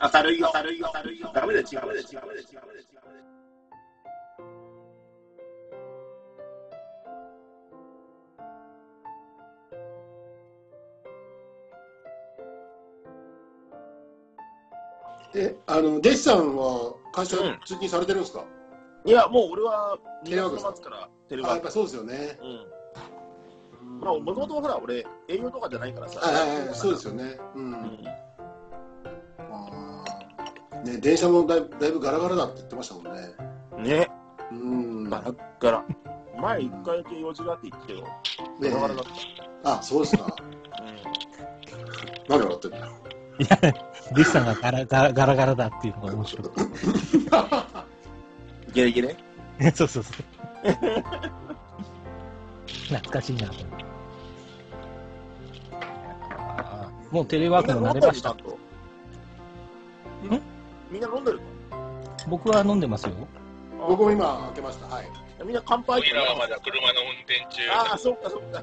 明るいよ、明るいよ、明るいよ。ダメだよ、違う、ダメだよ、違う。え、あの、弟子さんは会社うん通勤されてるんですか、いや、もう俺は2テレワーク月の末からテレあ、ワやーっク。ぱそうですよね。うん。うんまあ、もともとほら、俺、営業とかじゃないからさ。はいはいはい、そうですよね。うん。うんあーね、電車もだいぶだいぶガラガラだって言ってましたもんね。ね、うん。ガラッガラ。前1回だけ用事があって行ったけど、ガラガラだっあ、そうですか。 た。うん何笑ってんだ。リスさんがガラガラガラガラだっていうのが面白い。ゲレゲレ そうそうそう。懐かしいなと思ってあーもうテレワークも慣れました。みんな飲んでる僕は飲んでますよ。の 僕も今開けました。はい。みんな乾杯俺らはまだ車の運転中、ああ、そっかそっか。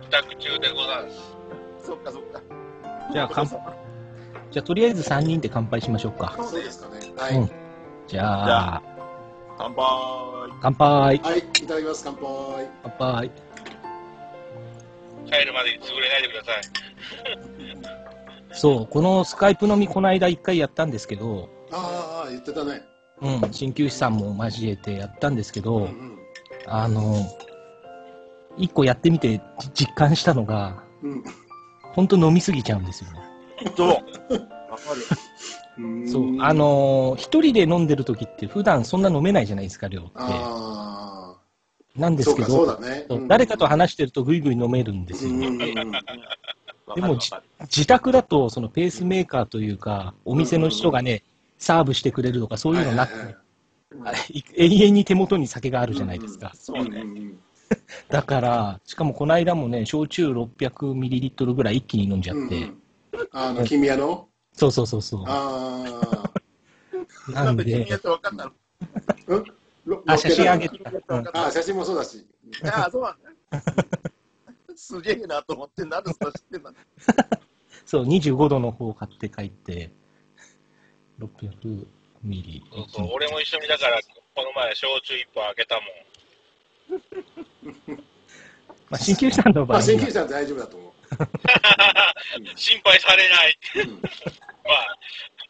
帰宅中でござんす。そっかそっか。じゃあ乾杯じゃあとりあえず3人で乾杯しましょうか。そうそうで。ですすかね。はうんい。じゃあ、乾杯。乾杯。はい、いただきます。乾杯。乾杯。帰るまでに潰れないでください。そう、このスカイプ飲みこの間1回やったんですけど、ああ、言ってたね。うん、鍼灸師さんも交えてやったんですけど、うんうん。あの、一個やってみて実感したのが、うん本当飲みすぎちゃうんですよ。そう。わかる。うんそう、あ。のー一人で飲んでる時って普段そんな飲めないじゃないですか、量って。あなんあ。でそすうけか、ど、そうだね。そううん誰かと。話してるとぐいぐい飲めるんですうよ。んうんうん。でも自宅だと、そのペースメーカーというか、お店の人がね、サーブしてくれるとか、そういうのなくて、はいはいはい永遠に手元に酒があるじゃないですか。そうねう。んだから、しかもこの間もね、焼酎600ミリリットルぐらい一気に飲んじゃっうて、んうん。あの、君屋のそうそうそうそああ。う。ななんんで君やでっ、て分かったのろあ、写真ああげ君たや。って分かっあー、写真もそうだし。た。ああ、そうなんだ。すげえなと思って、なんでそれ知ってんだそう、25度の方を買って帰って、600ミリ。そうそう、俺も一緒にだから、この前、焼酎一本開けたもん。まあ、鍼灸師さんのま場合あ、に鍼は灸師は大丈夫だと思う。心配されない。うんまあ、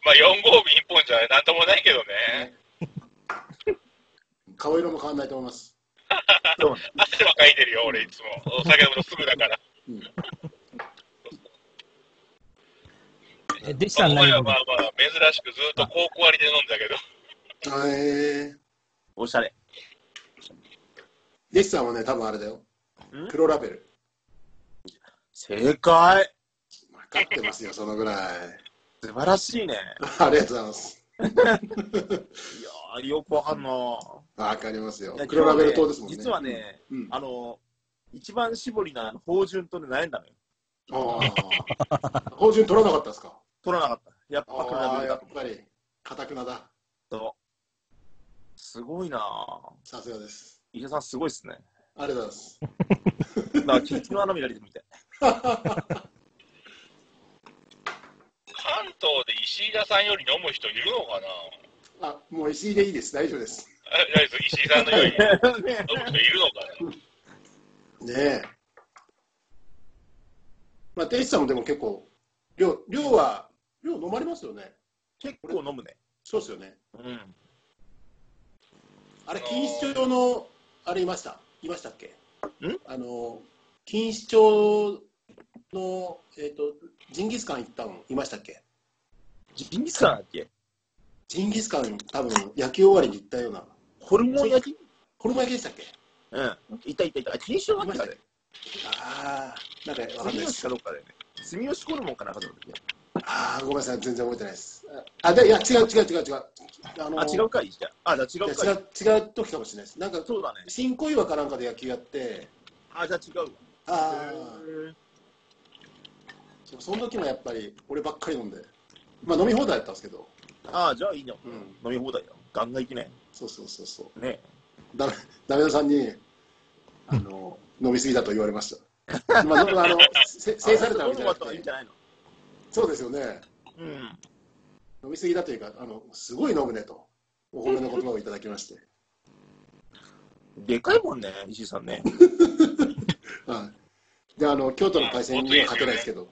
まあ、4合瓶一本じゃなんともないけどね。顔色も変わらないと思います。汗はかいてるよ、俺いつも。お酒飲むのすぐだから。え弟子こさんの何前飲はんまだあまあ、珍しくずっと高校割りで飲んだけど。えー、おしゃれ。弟子さんはね、多分あれだよん。黒ラベル。正解。分かってますよ、そのぐらい。 素晴らしいね。ありがとうございます。いやー、よくわかんな。わかりますよ。黒ラベル糖ですもんね。実は、ね、うん、ああの、一番搾りな芳醇とね悩んだのよ。あー、芳醇取らなかったですか。取らなかった。やっぱ比あべあ、るだやっぱり、かたくなだ。と。すごいなぁ。さすがです。伊勢さん、すごいっすね。ありがとうございます。なんか、キッチンの穴見られて るみたい。関東で石井田さんより飲む人いるのかなあ、もう石井でいいです。大丈夫です。あいや石井さんのように飲ねむ人いるのかなねえ。まあ、店主さんもでも結構、量、量は、量飲まれますよね。結構飲むね。そうですよね。うん。あれ、錦糸町の、あれいました。いましたっけ。んあの、錦糸町の、えっ、と、ジンギスカン行ったの、いましたっけ。ジンギスカンだっけジンギスカン、多分、野球終わりに行ったような。ホルモン焼きこの前でしたっけ。いうん。いたいたいた。あ、錦糸町だっまけしあたれね。。ああ、なんか、わかんな住いで吉すか。どっかだよね。住吉ホルモンかなんかだったっけああ、ごめんなさい、全然覚えてないです。あ、で、いや、違う、違う、違う、違う。あのあ、違うかいじゃあ。あ、じゃあ違ういかやい。違う違う時かもしれないです。なんかそうだね。新小岩かなんかで野球やって、あ、じゃあ違うわ。あーへそうその時もやっぱり俺ばっかり飲んで、まあ飲み放題だったんですけど、ーあー、じゃあいいじゃん。うん、飲み放題だよ。ガンガン行きね。そうそうそうそう。ねダメダメダさんにあの飲みすぎだと言われました。 まあ、あのせ制されたわけじホルゃなモンとかいいくんてじ、ゃないのそうですよね。うん。飲みすぎだというか、あのすごい飲むねと、お褒めの言葉をいただきまして、でかいもんね、石井さんね。はい、であの京都の対戦には勝てないですけど、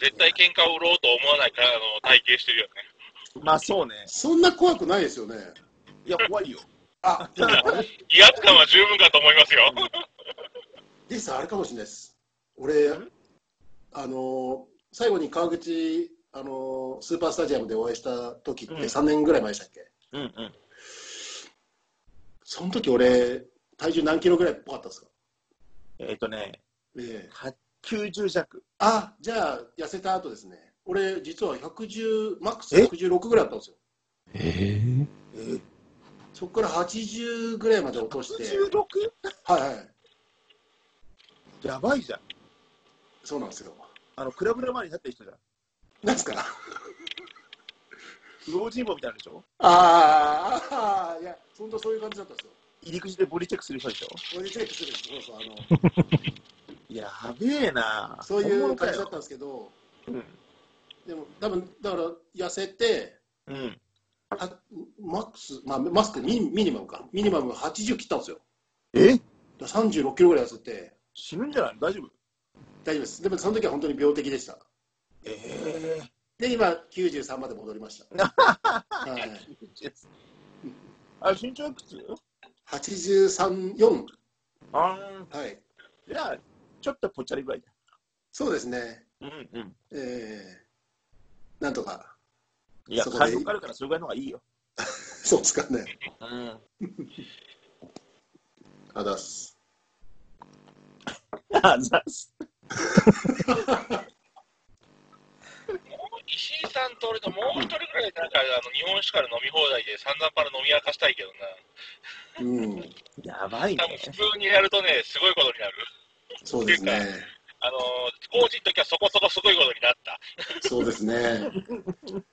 絶対喧嘩を売ろうと思わないからあの体型してるよね。まあそうね。そんな怖くないですよね。いや、怖いよ。あでもあれ威圧感は十分かと思いますよ。リスさん、あれかもしれないです。俺、あの最後に川口あのスーパースタジアムでお会いした時ってうん3年ぐらい前でしたっけ、うんうん。その時俺、体重何キロぐらいっぽかったですか、えっ、とね、ええは90弱。あじゃあ、痩せた後ですね、俺、実は110、マックスえ116ぐらいあったんですよ。ええー、そこから80ぐらいまで落として、 16? はいはい、やばいじゃん。そうなんですよ。あの、クラブの前に立ってる人じゃん。なんですか不老人坊みたいなんでしょあーあー、いや、本当そういう感じだったんですよ。入り口でボディチェックする人でしょ俺にチェックするんです そうそうあのやべえなそういう感感じじだっだったたんですけど、うんでも多分だから痩せてうんあマックス、まあ、マスクミミニマムかミニマム80切ったんですよえだから36キロぐらい痩せて死ぬんじゃないの大丈夫大丈夫ですでもその時は本当に病的でしたえで今93まで戻りました、はい、えあ身長いくつ834あはいーじゃあちょっとぽっちゃりぐらいそうですねだうんうんえー、なんとか いやそこで感動があるからそれぐらいの方がいいよそうですかねうんあだすあざっす石井さんと俺ともう一人ぐらいなんかあの日本酒から飲み放題で散々から飲み明かしたいけどな。うんやばいね多分普通にやるとね、すごいことになる。そうですねあの工事の時はそこそこすごいことになった。そうですね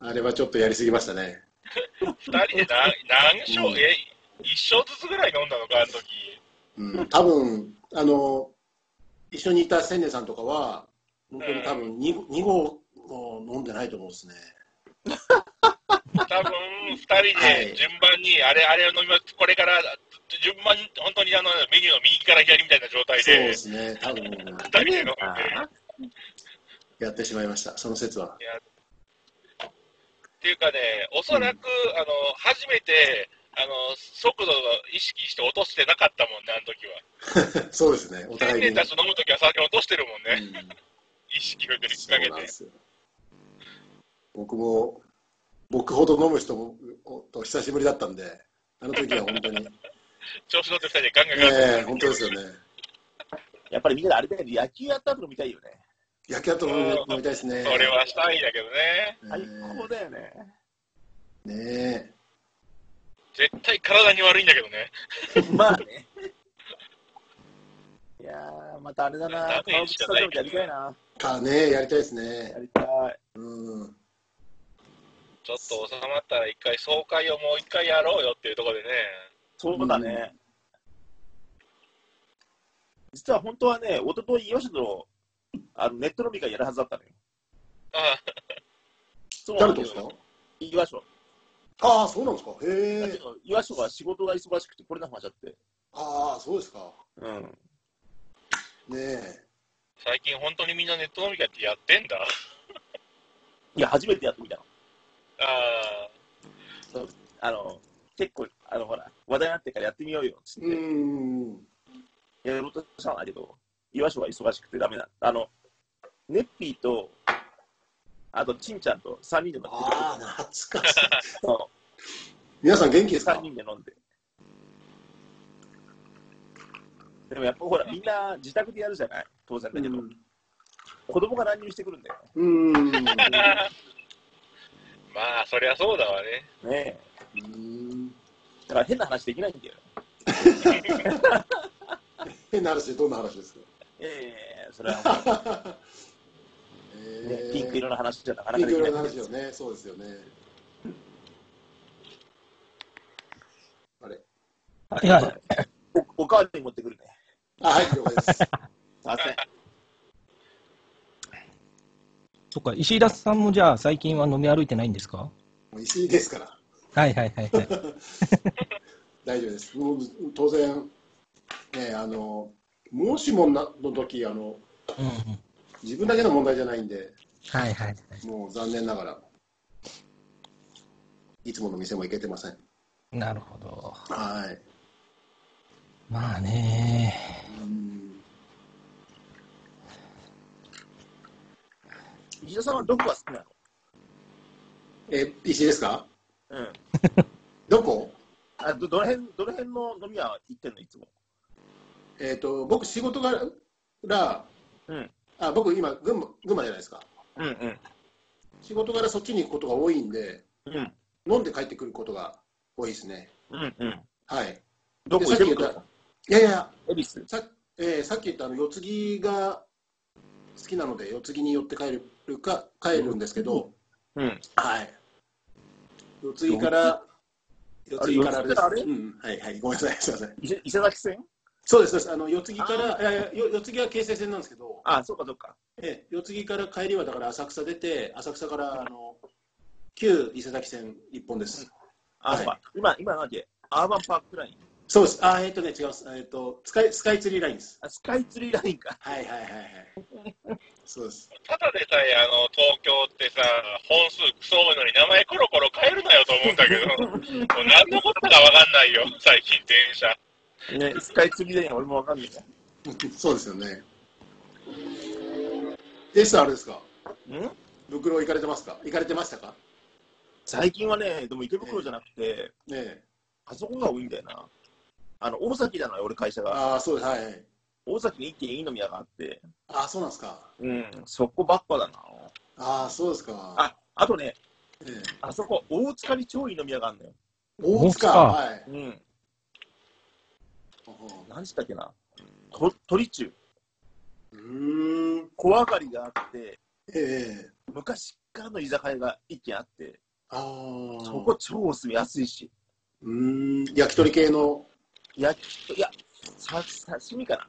あれはちょっとやりすぎましたね二人でな何う升、んえ、一升ずつぐらい飲んだのか、あの時。うん多分あの一緒にいた千年さんとかは本当に多分 2, 2合を飲んでないと思うんですね多分二人で順番に、あれ、あれを飲みます、これから、順番に、本当にあのメニューの右から左みたいな状態そうでで、すね多分二人で飲んで、あやってしまいましたその説は っていうかね、おそらく、あの初めてあの速度を意識して落としてなかったもんね、あの時は。そうですねお千互いに、年たちと飲む時は酒落としてるもんうね、ん意識を引っそ掛けうなんてで。すよ僕も僕ほど飲む人もおと久しぶりだったんであの時は本当に 調子乗って二人でガンガンガンガンええ本当ですよねやっぱりみんなあれだよね野球やった後飲みたいよね焼き跡飲み飲みたいですねそれはしたいんだけどね。最え高だよねえね絶対体に悪いんだけどね。まあねいやーまたあれだダなメー川口ジしスかタジアないムでけどやりたねいなえかねやりたいですねやりたいうんちょっと収まったら一回総会をもう一回やろうよっていうところでね。そうだね。実は本当はね、一昨日吉野のあのネット飲み会やるはずだったのよ。ああそうな誰んとだでけすかど、岩所。ああ、そうなんですか。だへけえ。ど、岩所は仕事が忙しくて、これなくなっちゃって。ああ、そうですか。うん。ねえ。最近本当にみんなネット飲み会ってやってんだ。いや、初めてやってみたの。ああの、結構、あの、ほら、話題になってからやってみようよっつっうて、ん。やろうとしたんだけど、岩所は忙しくてダメな。あの、ネッピーと、あと、ちんちゃんと3人で飲んでああ、懐かしい。そ皆さん元気でうす3か人で飲んで。でもやっぱほら、みんな自宅でやるじゃない当然だけど、子供が乱入してくるんだようん。うんあ。 まあ、そりゃそうだわね。ね。ねえだから変な話できないんだよ。変な話でどんな話ですかええそれはも うね、ピンク色の話じゃなかなピンかクできな色いの話よね。そうですよね。あれはいいやおおかわり持ってくるね。あ、はい、了解です。すいません。そっか、石井田さんもじゃあ最近は飲み歩いてないんですかもう石井ですから、はいはいはい はい。大丈夫です。もう当然、ね、あの、もしもなの時、あの、うんうん、自分だけの問題じゃないんで、はいはいはい。もう残念ながら、いつもの店も行けてません。なるほど。はい。まあね。うん 石田さんはどこが好きなえ、石井ですかのうん。どこあどどの辺、どの辺の飲み屋行ってんの、いつも。えっ、と、僕、仕事がら、うん。あ、僕、今群馬、群馬じゃないですか。うんうん。仕事からそっちに行くことが多いんで、うん。飲んで帰ってくることが多いですね。うんうん。はい。どこでさっき言った、いやいや、恵比寿。さ,、えーさっき言ったあの四つ木が好きなので、四つ木に寄って帰るか帰るんですけど、うん。はい。四つ木から、四つ木つ木からです。あれうん、はいはい、ごめんなさい、すみません。伊勢伊勢崎線そうです、そうです。あの四つ木から、いやいやよ四つ木は京成線なんですけど、あ、そうかそうか。ええ、四つ木から帰りはだから浅草出て、浅草からあの旧伊勢崎線一本です。あ、そうか。今、今なんだっけアーバンパークライン。そうです。あ、えっ、とね、違います。えっ、と、スカイ、スカイツリーラインです。あ、スカイツリーラインか。はいはいはいはい。そうです。ただでさえあの東京ってさ、本数クソ多いのに名前コロコロ変えるなよと思うんだけ ど、もう何のことかわかんないよ、最近電車。ね、スカイツリーライン俺もわかんないか そうですよね。でした、あれですか。ら。ん袋行かれてますか。行かれてましたか。最近はね、でも池袋じゃなくて、ねえ。あそこが多いんだよな。あの、大崎なのよ、俺会社が。ああ、そうです。はいはい。大崎に一軒いい飲み屋があって、ああ、そうなんですか。うん、そこばっかだな。ああ、そうですか。あ、あとね、ええ、あそこ、大塚に超いい飲み屋があるのよ。大大塚。塚はい。うん。ほ何したっけな。と鳥中。うーん。小上がりがあって、ええ。昔からの居酒屋が一軒あって、ああ。そこ。超おすすめ、安いし。うーん。焼き鳥系の。焼き、いや、さ刺身かな。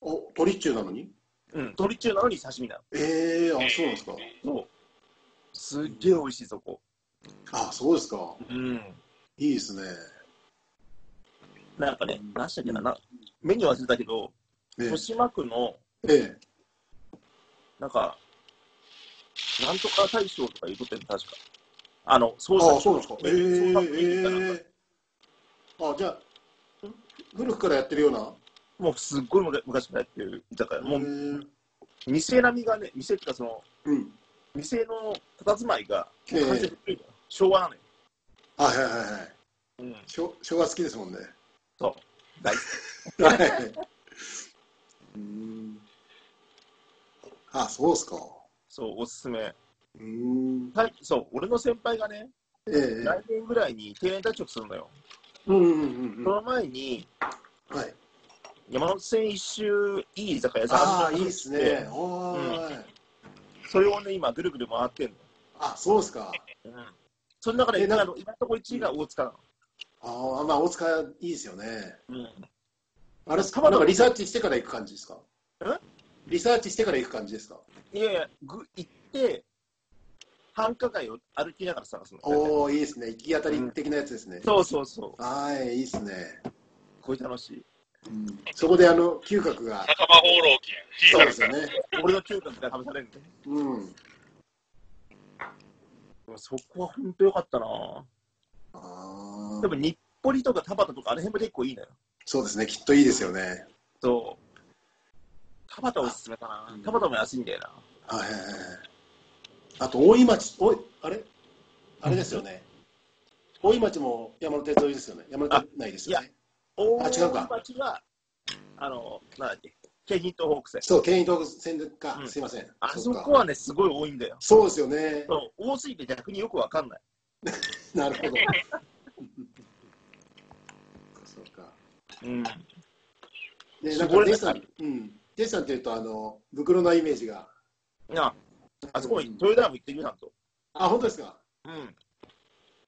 お、鳥中なのに。うん、鶏中なのに刺身なの。ええ、あ、そうなんですか。そう。すっげえ美味しい、そこ。ああ、そうですか。うん。いいですね。なんかね、何したっけな、なメニュー忘れたけど、ええ豊島区の、ええ。なんか、なんとか大賞とか言うとってんの、確か。あの、そうああ、そうなんですか。えそえうだ見たええあじゃあ、古くからやってるような。もうすっごい昔昔からやってる居酒屋。もえう、ー店並みがね、店っていうか、その、うん。店の佇まいが、ええ完全に古いのよ昭和なのよ。あはいはいはいはい。うん。しょ昭和好きですもんね。そう。大好 はい。うん。あそうですか。そう、おすすめ。うん。はい、そう、俺の先輩がね、ええ来年ぐらいに定年退職するのよ。うんうんうんそうん。の前に、はい。山手線一周いい居酒屋さんああ、いるいのですね。おーい。それをね、今、ぐるぐる回ってんあそうですか。の。うん。その中で、えな今の今のところ1位が大塚なああ、まあ、大塚いいですよね。の。うん。あれっすか、鎌な田んかリサーチしてから行く感じですかリサーチしてから行く感じですかいやいや、ぐ行って、繁華街を歩きながら探すの。おおいいですね行き当たり的なやつですね、そうそうそはいいいですね、う。これ楽しい。うんそこであの嗅覚が酒場放浪記やそうですよね俺の嗅覚が試されるんで。うんそこは本当良かったなあでーも、日暮里とか田端とか、あの辺も結構いいのよ。そうですねきっといいですよねそう。田端おすすめかな。田端も安いんだよな。はいはいはいあと大井町おいあれあれですよね、大井町も山手沿いですよね山手内ですよね大違うか町は、あの、なんだっけ、京浜東北線。そう県東線か、うんすいませんあそっかこはね、すごい多いんだよ。そうですよねそう多すぎて逆によくわかんない。なるほどそうかうん。ね、なん絞れかデなイいさん、うん、デイさんっていうと、あの、袋のイメージが。なあ、あそこも豊田も行ってみたんと。あ、本当ですか。うん。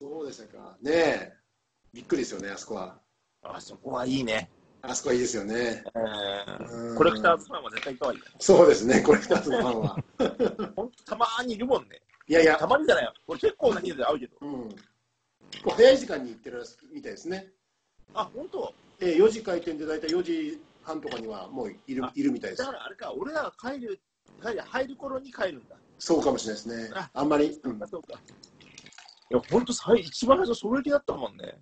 そうでしたか。ねえ。びっくりですよね、あそこは。あそこはいいね。あそこはいいですよね。うんコレクターズファンは絶対可愛いね。そうですね、コレクターズのファン は。ほんとたまーにいるもんね。いやいや、たまにじゃないよ。俺結構な人数で会うけど。うん。結構早い時間に行ってるみたいですね。あ、本当えー、4時開店で大体4時半とかにはもういるあいるみたいでだすか。らあれか、俺らが帰る、帰る入る頃に帰るんだ。そうかもしれないですねあ。あんまり。うん、あねそうか。いや、ほんと最、一番最初、衝撃だったもんね。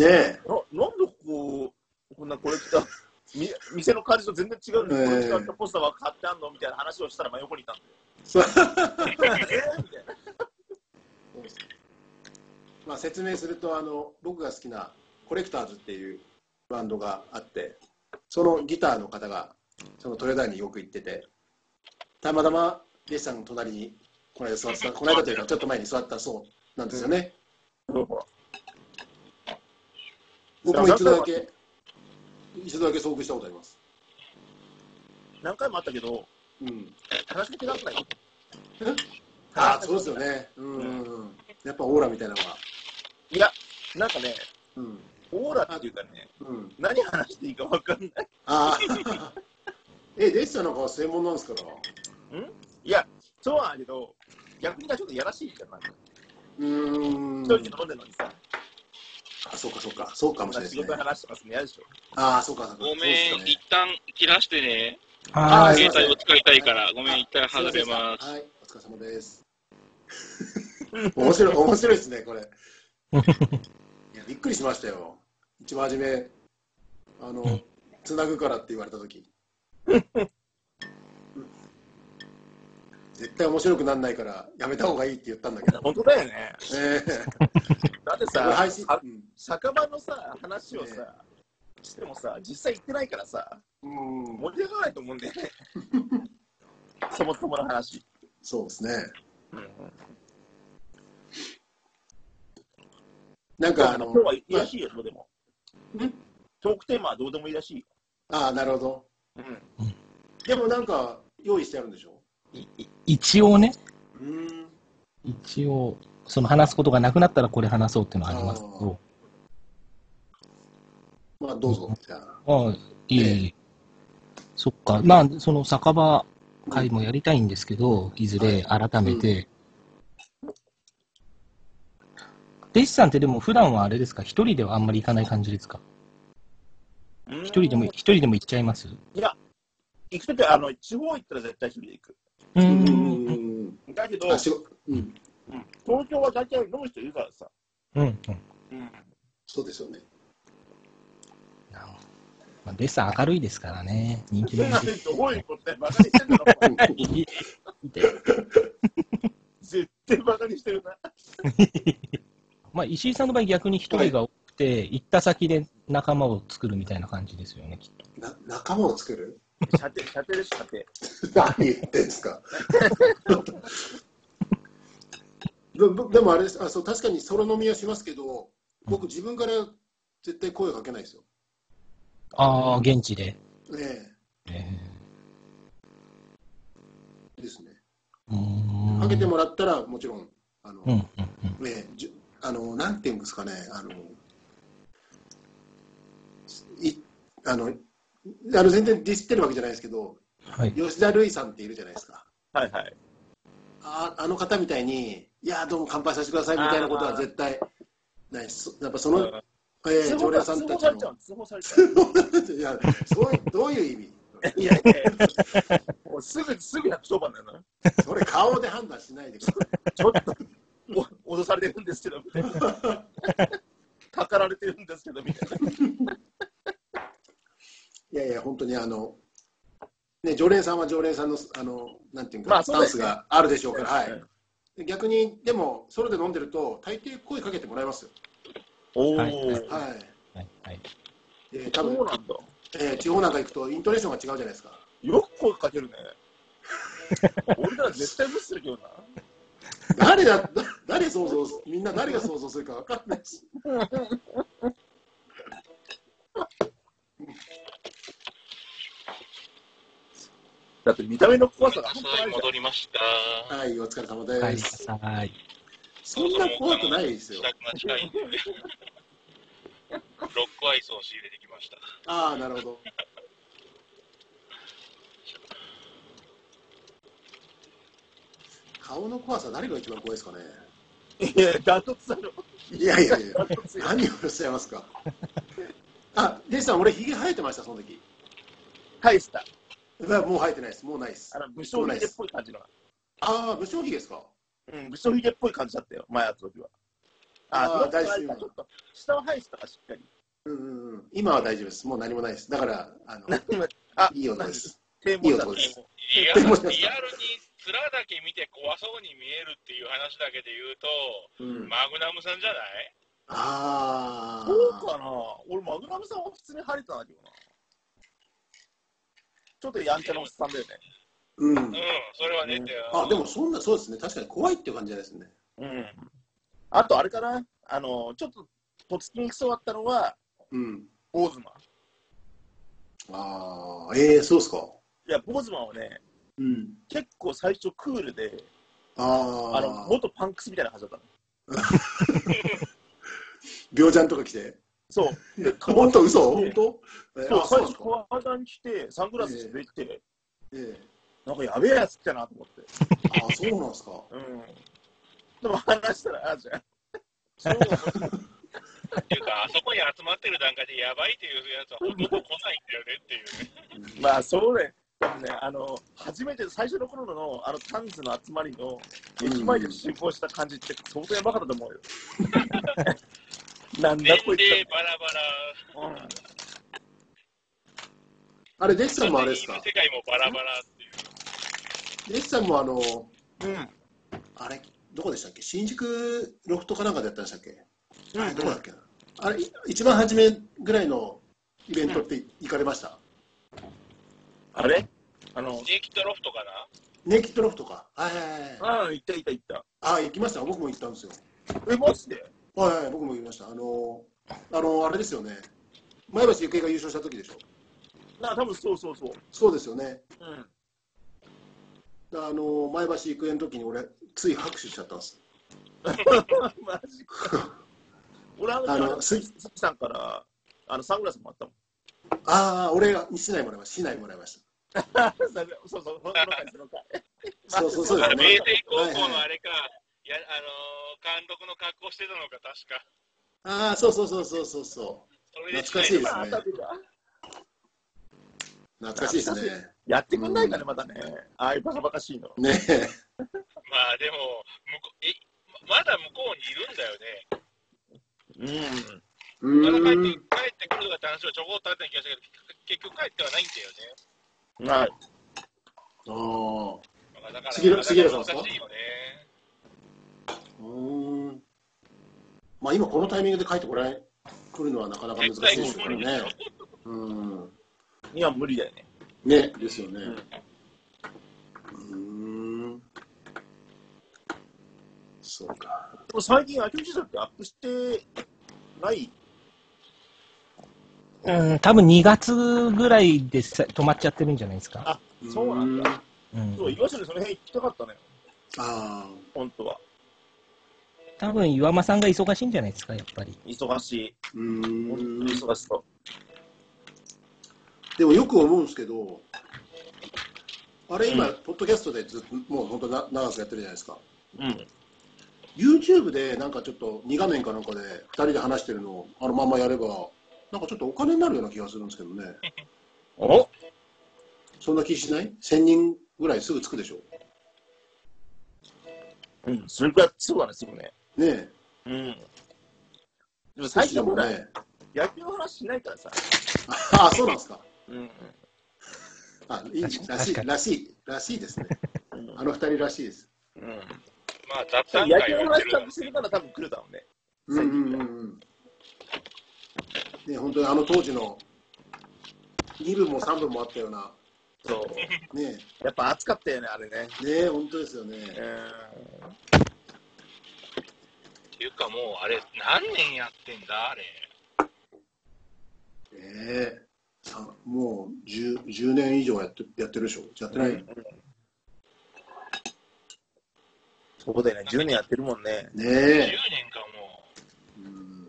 え。ななんでこう、こんなコレクター、み店の感じと全然違うのに、えーコレクターってポスターは買ってあんのみたいな話をしたら真横にいたんそうだよ。えーみたいな。まあ、説明するとあの僕が好きなコレクターズっていうバンドがあってそのギターの方がそのトレーダーによく行っててたまたまレシさんの隣にこの間座ってたこの間というかちょっと前に座ったそうなんですよね、そうほら僕も一度だけ一度だけ遭遇したことあります、何回もあったけど、うん、話しかけられない。ああそうですよねうんうんうんやっぱオーラみたいなのがいや、なんかね、うんオーラっていうかね、うん何話していいか分かんない。ああ えレシさんなんかは専門なんですからいや、そうなんだけど、逆にちょっとやらしいじゃん。なんかうーん一人で飲んでるのにさ、あそうかそうかそうかもしれない仕です事ねの話とかするの嫌でしょ。ああ、そうか、そうか。ごめん、そうです一よね旦切らしてね。はあーい。携帯を使いたいから、ごめん、一旦外れます。はい、お疲れ様です。 面白い、面白いですね、これ。いや、びっくりしましたよ。一番初め、あの、つなぐからって言われたとき。絶対面白くならないから、やめた方がいいって言ったんだけ ど。ね本当だよね。えだってこれさ配信、はうん酒場のさ、話をさ、してもさ、実際行ってないからさ、うん、盛り上がらないと思うんだよ ね。そもそもの話。そうですね。なんか、ああのの今日、はいいらしいよ、どうでもん。トークテーマはどうでもいいらしいよ。ああ、なるほど。うん、でも、なんか、用意してあるんでしょ一応ね、うん。一応、その話すことがなくなったらこれ話そうっていうのはありますけど、まあ、どうぞ。じゃあ。ああ、いえいえ。そっか。まあ、その酒場会もやりたいんですけど、いずれ改めて。弟子さんってでも普段はあれですか一人ではあんまり行かない感じですか一一人でも、一人でも行っちゃいます行くときは、あの、地方行ったら絶対一人で行く。う。うんん。だけど、あ、仕事。うん。うん東京は大体飲む人いるからさ。うん。うんそうですよね。なるほどまあ、弟子さん明るいですからね。人気者 ですどういうことだよ、バカにしてんだろ、お 前絶対バカにしてるな。まあ、石井さんの場合逆に一人が多くて、行った先で仲間を作るみたいな感じですよね、きっと。な仲間を作る 射程、射程です、射程。何言ってんですか でででもあれですあそう確かにソロ飲みはしますけど僕自分から絶対声かけないですよ。ああ、現地で。ねええですね。ーうーんかけてもらったらもちろんあの、うんうんうん。ねじゅあのなんていうんですかねあのいあのあの全然ディスってるわけじゃないですけどはい。吉田類さんっているじゃないですかはいはい。ああの方みたいにいやどうも乾杯させてくださいみたいなことは絶対ないですやっぱその、えー、常連さんたち通報されちゃうの、通報されちゃう。 いやそういうどういう意味いやいやいやもうすぐ、すぐ110番だよな。それ顔で判断しないでくださいちょっと、お脅されてるんですけど、みたいな。たかられてるんですけど、みたいな。いやいや本当にあのね常連さんは常連さんのあのなんていうか、まあスそうタンでスすねがあるでしょうからはい。うんで逆にでもソロで飲んでると大抵声かけてもらえますよおはいー。ははいはい、いで多そ分うなんだ。えー地方なんか行くとイントネーションが違うじゃないですかよく声かけるね。俺ら絶対無視するけどな。誰だだ誰想像すみんな誰が想像するか分かんないしだって見た目のご怖めさんなが半さ端い、ないじ戻り ました。はいお疲れ様お帰でりなす、さい。そんな怖くないですよ自宅が近いんでブロックアイスを仕入れてきました。ああ、なるほど。顔の怖さ、誰が一番怖いですかね。いや、ダントツだろ。いやいやいやダ、ントツよ何をおっしゃいますか。 あ、デイさん、俺、ひげ生えてました、その時返した。うわもう生えてないです、もうないですあ。の、武将ヒゲっぽい感じの。ああ、武将ひげですか。うん、武将ヒゲっぽい感じだったよ、前会った時は。あーああ、大大丈丈夫夫。ちょっと、下を返したからしっかり。うんうんうん、今は大丈夫です、もう何もないです。だから、あ の、 あ、いい男です。何。低いい毛だ男です。リアでリアルもに面だけ見て怖そうに見えるっていう話だけで言うと、うん、マグナムさんじゃないあそうあ。かな俺、マグナムさんは普通に晴れたんだけどな。ちょっとやんちゃなおっさんだよね。ううんん。、それはね、うんあ、でも、そんな、そうですね、確かに怖いっていう感じじゃないですね。うん。あと、あれかなあの、ちょっと、とつきにくそうだったのは、うん。ボーズマン。ああ、ええー、そうですか。いや、ボーズマンはね、うん。結構最初クールで、ああ。あの、元パンクスみたいな感じだったの。病じゃんとか来て。そう。 本当、嘘、え本え当。えそうあ最なん初、怖がに来て、サングラスしてきて、えなんかやべえやつ来たなと思って。えあ、そうなんですか。うん。でも話したら、ああ じゃん。そうっていうか、あそこに集まってる段階でやばいっていうやつはほとんど来ないんだよねっていうね。まあ、そうね。多分ね、あの、初めて、最初の頃の、あの、タンズの集まりの、駅前で集合した感じって、相当やばかったと思う よ。なんだ年こい齢つバラバラ、ら。うん あれ、デキさんもあれですか世。界もバラバラっていう。デキさんも、あの、うん。あれ、どこでしたっけ、新宿ロフトかなんかでやったんでしたっけ。あれどこだっけな。あれ、い一番初めぐらいのイベントって行かれました。あれあの、ネイキッドロフトかなネイキッドロフトか。はいはいはいはい。ああ、行った行った行っあ、行きました。僕も行ったんですよ。た。え、マジではいはい、僕も行きました。あの、あの、あれですよね。前橋育英が優勝した時でしょ。なあ、多分そうそうそう。そうですよね。うん。あの前橋育英の時に俺つい拍手しちゃったんです。マジか。俺、あの、ああののす鈴木さんから、あの、サングラスもらったもん。ああ、俺が市内もらいました。市内もらいましそうそう、その回、その回。た。そうそうそうであすれ、ね明。星高校のあれか、いや、あのー監督の格好してたのか、確か。ああ、そうそうそうそうそうそそれで懐かしいですまあ当たってたう。懐かしいですね。やってくんないかね、またね。ああいうバカバカしいの。ねえ。まあでも向こうえ、ままだ向こうにいるんだよね。うん。うまーだ帰ってん。帰ってくるとかって話をちょこっとあったような気がしたけど、結局帰ってはないんだよはね。い。あまあ、だから、杉浦杉浦さんですか難しいよね。あ。うーん。まあ今このタイミングで帰ってこられ来るのはなかなか難しいですよね。うん。いや、無理だよね。ねですよね。うーん。そうか。でも最近、秋吉さんってアップしてないうん、多分2月ぐらいでさ止まっちゃってるんじゃないですか。あ、そうなんだ。うん、そう、岩下でその辺行きたかったのよ、あ本当は。多分岩間さんが忙しいんじゃないですか、やっぱり。忙しあ。うい。本当ーんに。忙しそう。でもよく思うんですけど、あれ今、ポッドキャストでずっと、もう本当な、長くやってるじゃないですか。うん。 YouTube でなんかちょっと2画面かなんかで2人で話してるのをあのまんまやれば、なんかちょっとお金になるような気がするんですけどね。おそんな気しない ?1000 人ぐらいすぐつくでしょ。うん、それくらい、そうだね、すぐね。ねえ。うん。でも最近はほら、ね。野球の話しないからさ。ああ、そうなんですか。うん。あいいらしい、らし確かい、にらしいですね。うん。あの2人らしいです。うん、まあ、雑多談分会野を球のやって話多る分してるから多分来るだろうね。うんうんうんうん。ね本当にあの当時の2部も3部もあったような、 そう。ねやっぱ暑かったよね、あれね。え、ねえ、本当ですよね。うん。っていうか、もうあれ、何年やってんだ、あれ。ええさもう 10, 10年以上やってやってるでしょやってない、うんそうだよね、10年やってるもんね。ね10え、年かもう。うんうん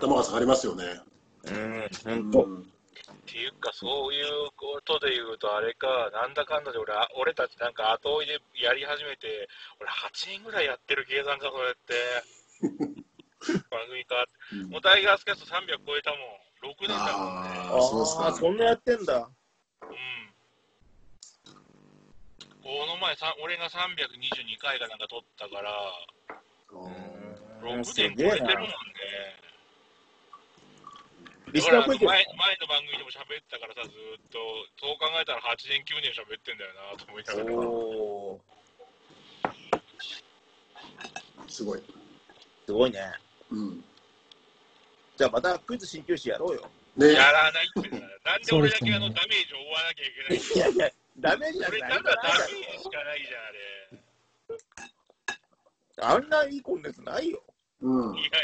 頭が下がりますよね。うん、う本ん当。っていうか、そういうことで言うと、あれか、なんだかんだで俺、あ俺たちなんか後追いでやり始めて、俺8年ぐらいやってる計算か、それって。番組か。もうタイガースキャスト300超えたもん。6年だもんあーね。そうっすかあーそんなやってんだ。うん。この前さん、俺が322回かなんか撮ったから、6うん年す超えてげえるもな。。んねリだスかナらーあのポイ前ント。前の番組でも喋ってたからさ、ずーっと、そう考えたら8年、9年喋ってんだよなと思いながら。おーすごい。すごいね。うん。じゃあまたクイズ鍼灸師やろうよ。ねやらないってな。なんで俺だけあのそうですよねダメージを負わなきゃいけないいやいや、ダメージじゃ俺ななんいかダメージしかあんないじゃん、あれ。ないいコンテンツないよ。うんい。やいやいや。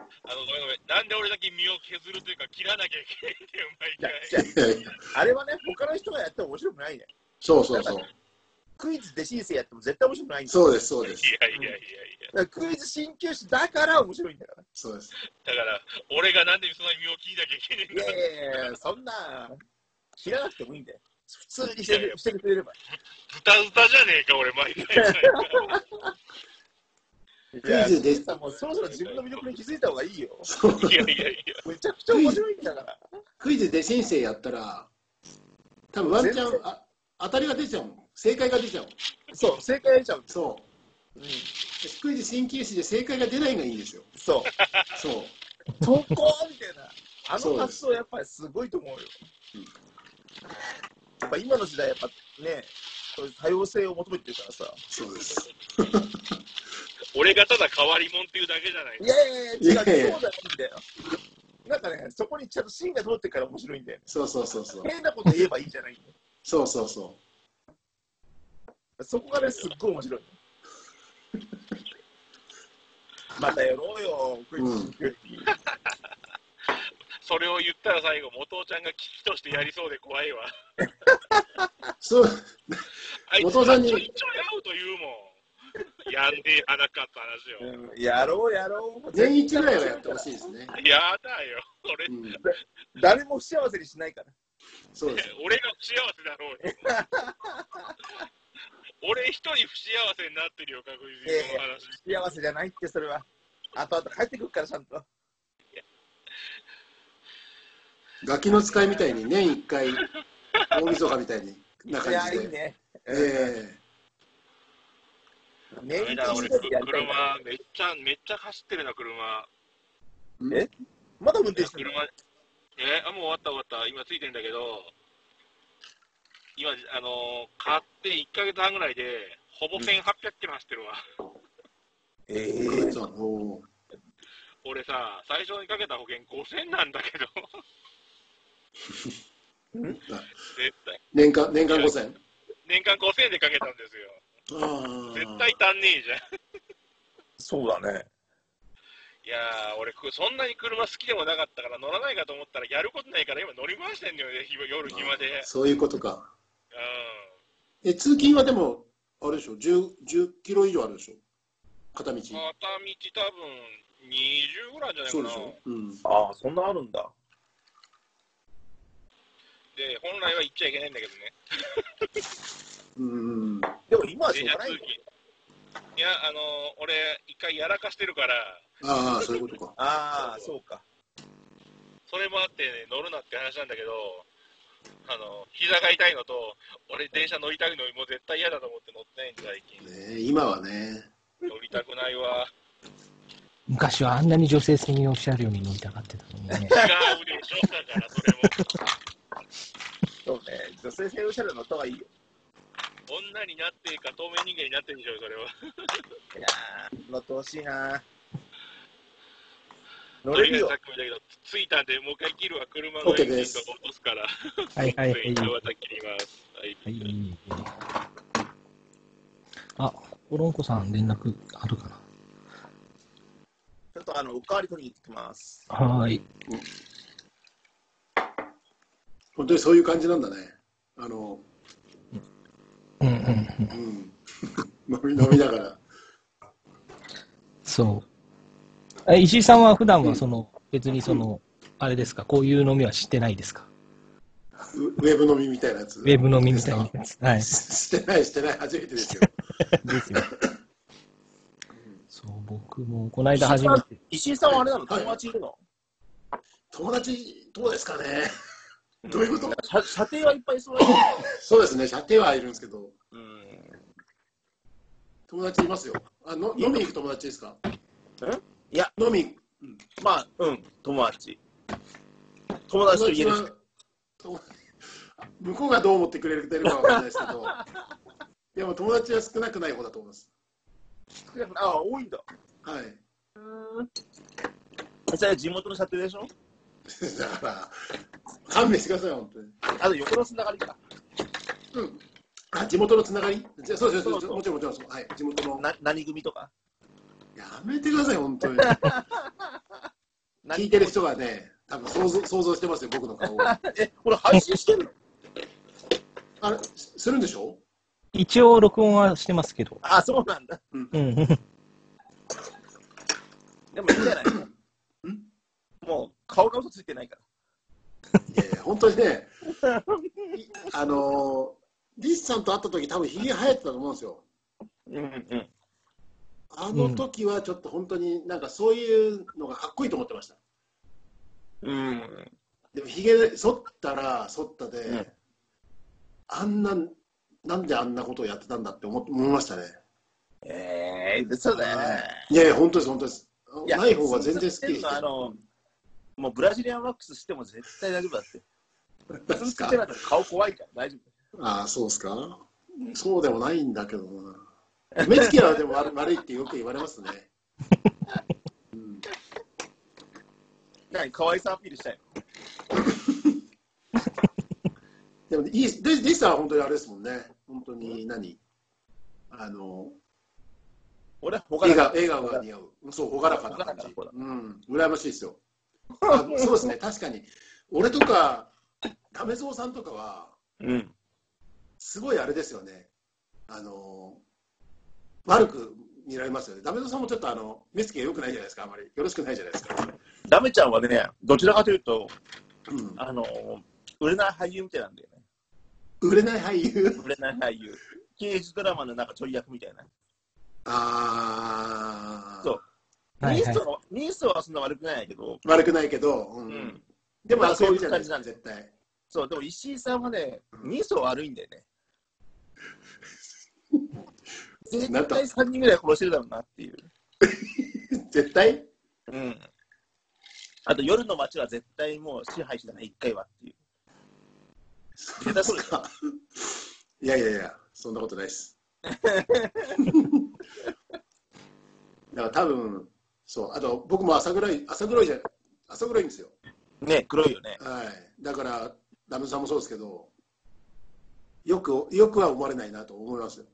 あの、ごめんごめん。なんで俺だけ身を削るというか、切らなきゃいけないんだいよ、毎や回い。やあれはね、他の人がやっても面白くないね。そうそうそう。クイズで新生やっても絶対面白くないんだよそうです、そうです。いやいやいやいや。だからクイズ鍼灸師だから面白いんだから。そうです。だから、俺がなんでそんなに身を切らなきゃいけないいやい やいんだや、そんな、知らなくてもいいんだよ。普通にしていやいるやしてくれれば。ズタズタじゃねえか、俺、毎回。いクイや、ズでさんもうそろそろ自分の魅力に気づいた方がいいよ。いやいやいや。めちゃくちゃ面白いんだから。クイズで先生やったら、多分ワンチャンあ当たりが出ちゃうもん。正解が出ちゃうもん。そう、正解出ちゃうんです。そう。うん、クイズ鍼灸師で正解が出ないのがいいんですよ。そう。そう。そこみたいな。あそうのです発想やっぱりすごいと思うよ。やっぱ今の時代やっぱね、そういう多様性を求めてるからさ。そうです。俺がただ変わり者っていうだけじゃないいやいやいや、いやい違やう、そうだいいんだよ。なんかね、そこにちゃんと芯が通ってから面白いんだよね。そうそうそうそう。変なこと言えばいいじゃないんだよ。そうそうそそこがね、すっごい面白い。 またやろうよ、クイズうんクイズそれを言ったら最後、元尾ちゃんが危機としてやりそうで怖いわ。う。そう。あいつ 元尾さんにちょいちょい会うと言うもん。やんでやなかった話を。うんやろうやろう。全員一ぐらいはやってほしいですね。やだよ。俺、うん。誰も不幸せにしないから。そうです。俺が不幸せ だろうよ。俺一人不幸せになってるよ、確実にこの話。幸せじゃないって、それは。あとあと帰ってくるから、ちゃんと。ガキの使いみたいに年一回、大晦日みたいにないや、感いじいで。ね。え年ダメだ俺、一でやりたいな車、めっちゃ、めっちゃ走ってるな、車。ええまだ運い転やしてる車えあもう終わった終わった今ついてんだけど今あのー買って1か月半ぐらいでほぼ1800キロ走ってるわ、 ええーそうおー俺さ最初にかけた保険5000なんだ けど絶対年間、年間5千。年間5000でかけたんですよああ。絶対足んねえじゃんそうだね。いやー俺くそんなに車好きでもなかったから乗らないかと思ったらやることないから今乗り回してんのよねひ夜暇でうんそういうことか。え、通勤はでも、あれでしょ、10、10キロ以上あるでしょ。片道。片道多分20ぐらいじゃないかそうなでしょ。うん。ああ、そんなあるんだ。で本来は行っちゃいけないんだけどねうん。でも今はしょ電う車がない通よ勤いや、あのー俺、一回やらかしてるから、ああ、そういうことか。ああ、そうか。それもあって、ね、乗るなって話なんだけど、あの膝が痛いのと、俺、電車乗りたいのにもう絶対嫌だと思って乗ってないんだ、最近。ねえ今はね。乗りたくない わ。昔はあんなに女性専用車両に乗りたがってたのに ね。違うでしょ、だから、それも。そうね。女性専用車両乗った方がいいよ。女になってか、透明人間になってんでしょ、それは。いやー乗ってほしいな。乗とれりるあえずよさっ。きも言ったけど、着いたんで、もう一回切るわ、車の OK エンジでンすとか落とすから、はいはいはい全。員また切ります。はいはい。あ、コロンコさん連絡あるかなちょっとあの、おかわり取りに行ってきます。はーい。本当にそういう感じなんだね。あの、うんうんうん。うん。 飲み飲みながら。そう。え石井さんは普段はその、別にその、あれですか、こういう飲みは知ってないですかウウェブ飲みみたいなやつ。ウウェブ飲みみたいなやつ。はい。してない、してない、初めてですよ。ですよ。そう、僕も、この間初めて。石井さんはあれなの友達いるの、友達、どうですかね。どういうこと射射程はいっぱいそうだけどそうですね、射程はいるんですけど、うん友達いますよ。あの飲み行く友達ですかいや、飲み、まあ、うん、友達。友達と言えるしは友向こうがどう思ってくれてるかわかんないですけ ど、でも友達は少なくない方だと思います。ああ、多いんだ。 はい。それは地元の射程でしょだから、勘弁してください、本当に。あと横のつながりか。うん。あ、地元のつながりじゃそうです、そそううです。そうもちろん、もちろんそう。はい、地元の。な何組とか。やめてください、本当 に。聞何いてる人がね、多分想像想像してますよ、僕の顔 を。え、これ配信してんのあれ、すするんでしょ一応、録音はしてますけど。 あ、そうなんだ。うん。でもいいんじゃないもう顔が嘘ついてないから。いやいや、本当に ね、いあのー、リスさんと会った時多分ひげ生えてたと思うんですよ。うんうん。あの時はちょっと本当になんかそういうのがかっこいいと思ってました。うん、でもひげ剃ったら剃ったで、うんあんな、なんであんなことをやってたんだって思思いましたね。ええー、嘘だよ。いやいや、本当です、本当です。いやない方が全然好きそでんなことしてんす。のあの、もうブラジリアンワックスしても絶対大丈夫だって。で普通すかにしてないから顔怖いから大丈ああ、そうですか。そうでもないんだけどな。目つきはでも悪悪いってよく言われますね。うん、夫。何、可愛さアピールしたいでもいいです、デディスターは本当にあれですもんね。本当に何あの、俺は他笑だ顔笑顔が似合う。そう、朗らかな朗らか感じな子だ。うん、羨ましいですよ。あそう ですね、確かに。俺とか、亀蔵さんとかは、うん。すごいあれですよね。あの悪く見られますよね。ダメドさんもちょっとあの目つきが良くないじゃないですか。あまりよろしくないじゃないですか。ダメちゃんはね、どちらかというと、うんあの、売れない俳優みたいなんだよね。売れない俳優。売れない俳優。刑事ドラマのなんかちょい役みたいな。ああ。そうはいニはーいス。は、ニースはそんな悪くないけど、悪くないけど、うんうん。でもまあそういうじゃないですか。そうい絶対。そう、でも石井さんはね、ニースは悪いんだよね。絶なんと対3人ぐらい殺してるだろうなっていう。絶対。うん。あと、夜の街は絶対もう支配してない、一回はっていう。そう下手そうでしょか。いやいやいや、そんなことないです。だから多分、そう、あと僕も朝黒い、朝黒いじゃ、朝黒いんですよ。ね、黒いよね。はい、だから、ダムさんもそうですけど、よくよくは思われないなと思います。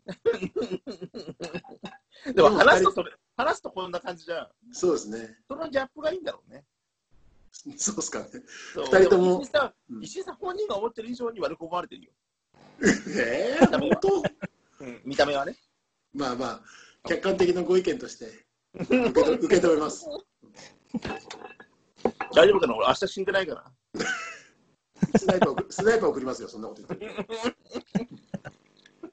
でも話すとそれ、話すとこんな感じじゃん。そうですね。 そのギャップがいいんだろうね。そうですかね。そう二人ともで石井さんうん石井さん本人が思ってる以上に悪く思われてるよ。えー、本当うん、見た目はね。まあまあ、客観的なご意見として受け止受け止めます。大丈夫かな俺、明日死んでないから。スナイパー送スナイパー送りますよ、そんなこと言ってる。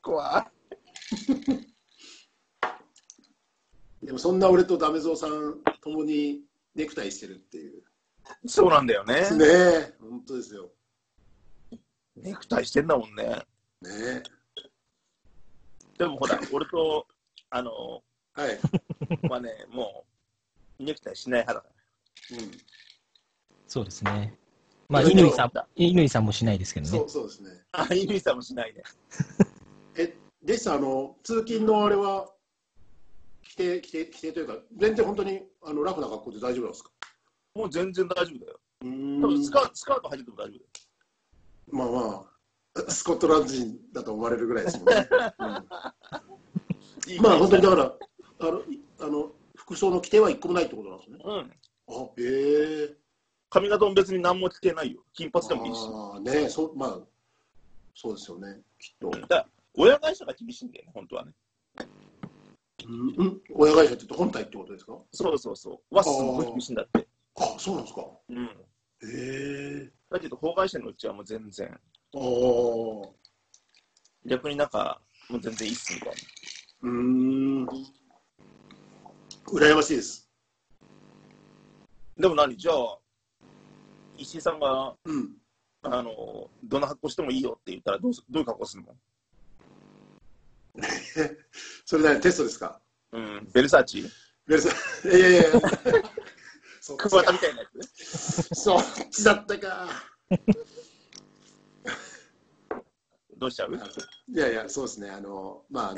怖い。でも、そんな俺とダメゾウさん、ともにネクタイしてるっていう。そうなんだよね。ねえ、本当ですよ。ネクタイしてんだもんね。ねえ。でもほら、俺と、あの、はい。まあね、もう、ネクタイしない派だかそうですね。まあ、いろいろ乾さん、乾さんもしないですけうん、どそねう。そうですね。ら。あ、犬さんもしないね。え、でした、あの、通勤のあれは、規定、規定、規定というか、全然本当にあのラフな格好で大丈夫なんですかもう全然大丈夫だよ。う多分スーんカスカート履いてても大丈夫だよ。まあまあ、スコットランド人だと思われるぐらいですもんね。うんいい まあ本当にだから、あの、いあの服装の規定は一個もないってことなんですね。うん。あ、ええ髪型も別に何も着てないよ。金髪でもいいし。ああ、ねそう、まあ、そうですよね、きっと。だから親会社が厳しいんだよね、本当はね。うんうん親会社って言うと本体ってことですかそうそうそう。はすごい厳しいんだって。あそうなんですかうん。へえだけど、法外者のうちはもう全然、ああ逆になんか、もう全然いいっすみたいうーん羨ましいですな。でも何じゃあ、石井さんが、うんあの、どんな格好してもいいよって言ったらどうす、どういう格好するのそれなりにテストですかうん、ベルサーチベルさんいや いやいやそっクちワタかみたいなやつそっちだったかどうしちゃういやいやそうですねあのまああ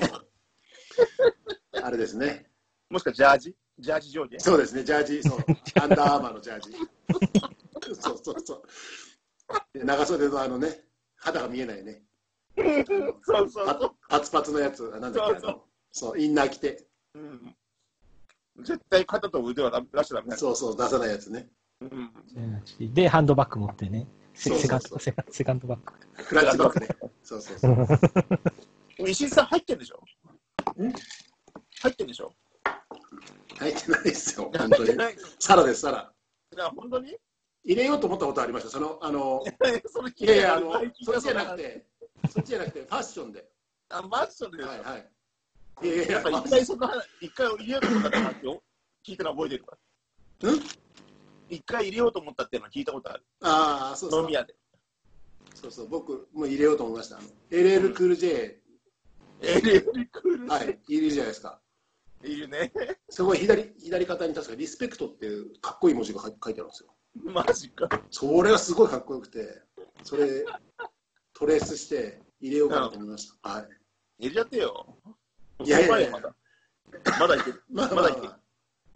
のあれですねもしくはジャージジャージ上下そうですねジャージそうアンダーアーマーのジャージそうそうそうで長袖のあのね肌が見えないねそうそうパパツパツのやつなんだっけあそうのそうインナー着てう、ん、絶対肩と腕はだ出しちゃダメだ、そうそう出さないやつねうん、で、ハンドバッグ持ってね。セそうそうセカンそうドセカンドセカンドバッグ。クラッチバックねそうそうそう石井さん入ってんでしょん入ってんでしょ入ってないですよ、本入当ってに。 ないサラです、サラ。いや本当に 入れようと思ったことありました、その、あの、それ聞いたやいや、あの聞い、たそこっちじゃとなあくるて、そっちじゃなくて、ファッションで。あマッションで、はいはい。いやいややっいぱや、一回その話一回入れようと思ったって話を聞いたの覚えてるからうん一回入れようと思ったっていうのは聞いたことあるああ、そうそ飲うみ。屋でそうそう、僕、もう入れようと思いました。あの LL クール J、エレクルーはい、いるじゃないですか。っていうねそこに左、左肩に確かリスペクトっていうかっこいい文字が書い書いてあるんですよ。マジかそれはすごいかっこよくて、それ、トレースして入れようかなと思いました。はい。入れちゃってよ。いやいやいやまだまだいける。まあままあ、だいまける。あ、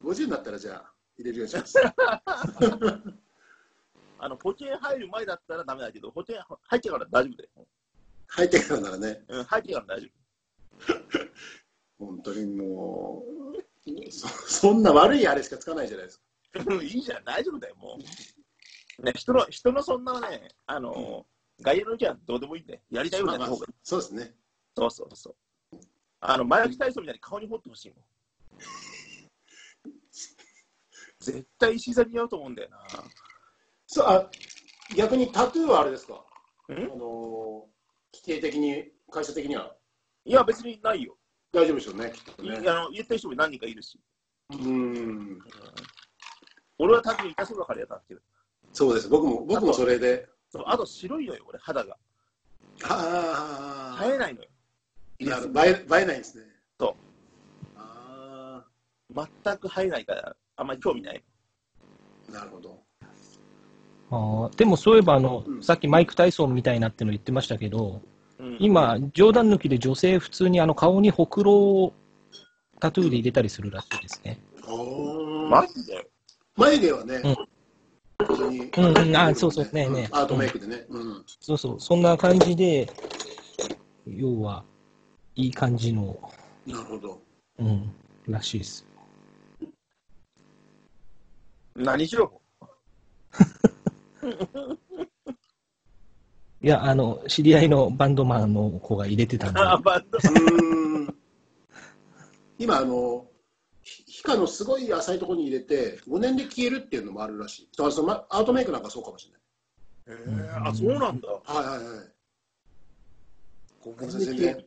50になったらじゃあ入れるようにします。あの、保険入る前だったらダメだけど、保険入ってから大丈夫だよ。入ってからならね、うん、入ってから大丈本当にもう、そそんな悪いあれしかつかないじゃないですか。夫。うんいいじゃん、大丈夫だよ、もう。ね、人の、人のそんなね、あの、外野の意見はどうでもいいんで、やりたいようにやまあったまあ方がいい。、そうですね。そうそうそう。あの、麻薬体操みたいに顔に掘ってほしいもん。絶対石井さんに似合うと思うんだよな。そうあ逆にタトゥーはあれですか、んあのー規定的に、会社的にはいや、別にないよ。大丈夫でしょうね、きっといあね。の言ってる人も何人かいるし。うん、俺は多分痛そうだからやったってる。そうです、僕も僕もそれで。そうあと白いのよ、俺、肌が。あ生えないのよ。いなる映え映えないんですね。そうあ全く生えないから、あんまり興味ない。あ、なるほど。あーでもそういえばあの、うんさっきマイク・タイソンみたいなっての言ってましたけど、うん、今、冗談抜きで女性、普通にあの顔にほくろをタトゥーで入れたりするらしいですね。おーマジで眉毛はね、普通に、うんうんあそうそうねねんアートメイクでね、うん、そうそう、そんな感じで、要は、いい感じの、なるほど。うん、らしいです。何しろいや、あの、知り合いのバンドマンの子が入れてたんで、 あ、バンド。うーん今あのひ皮下のすごい浅いところに入れて5年で消えるっていうのもあるらしいだからそのまアートメイクなんかそうかもしれないえあ、そうなんだ。はいはいはいごごめんなさい全然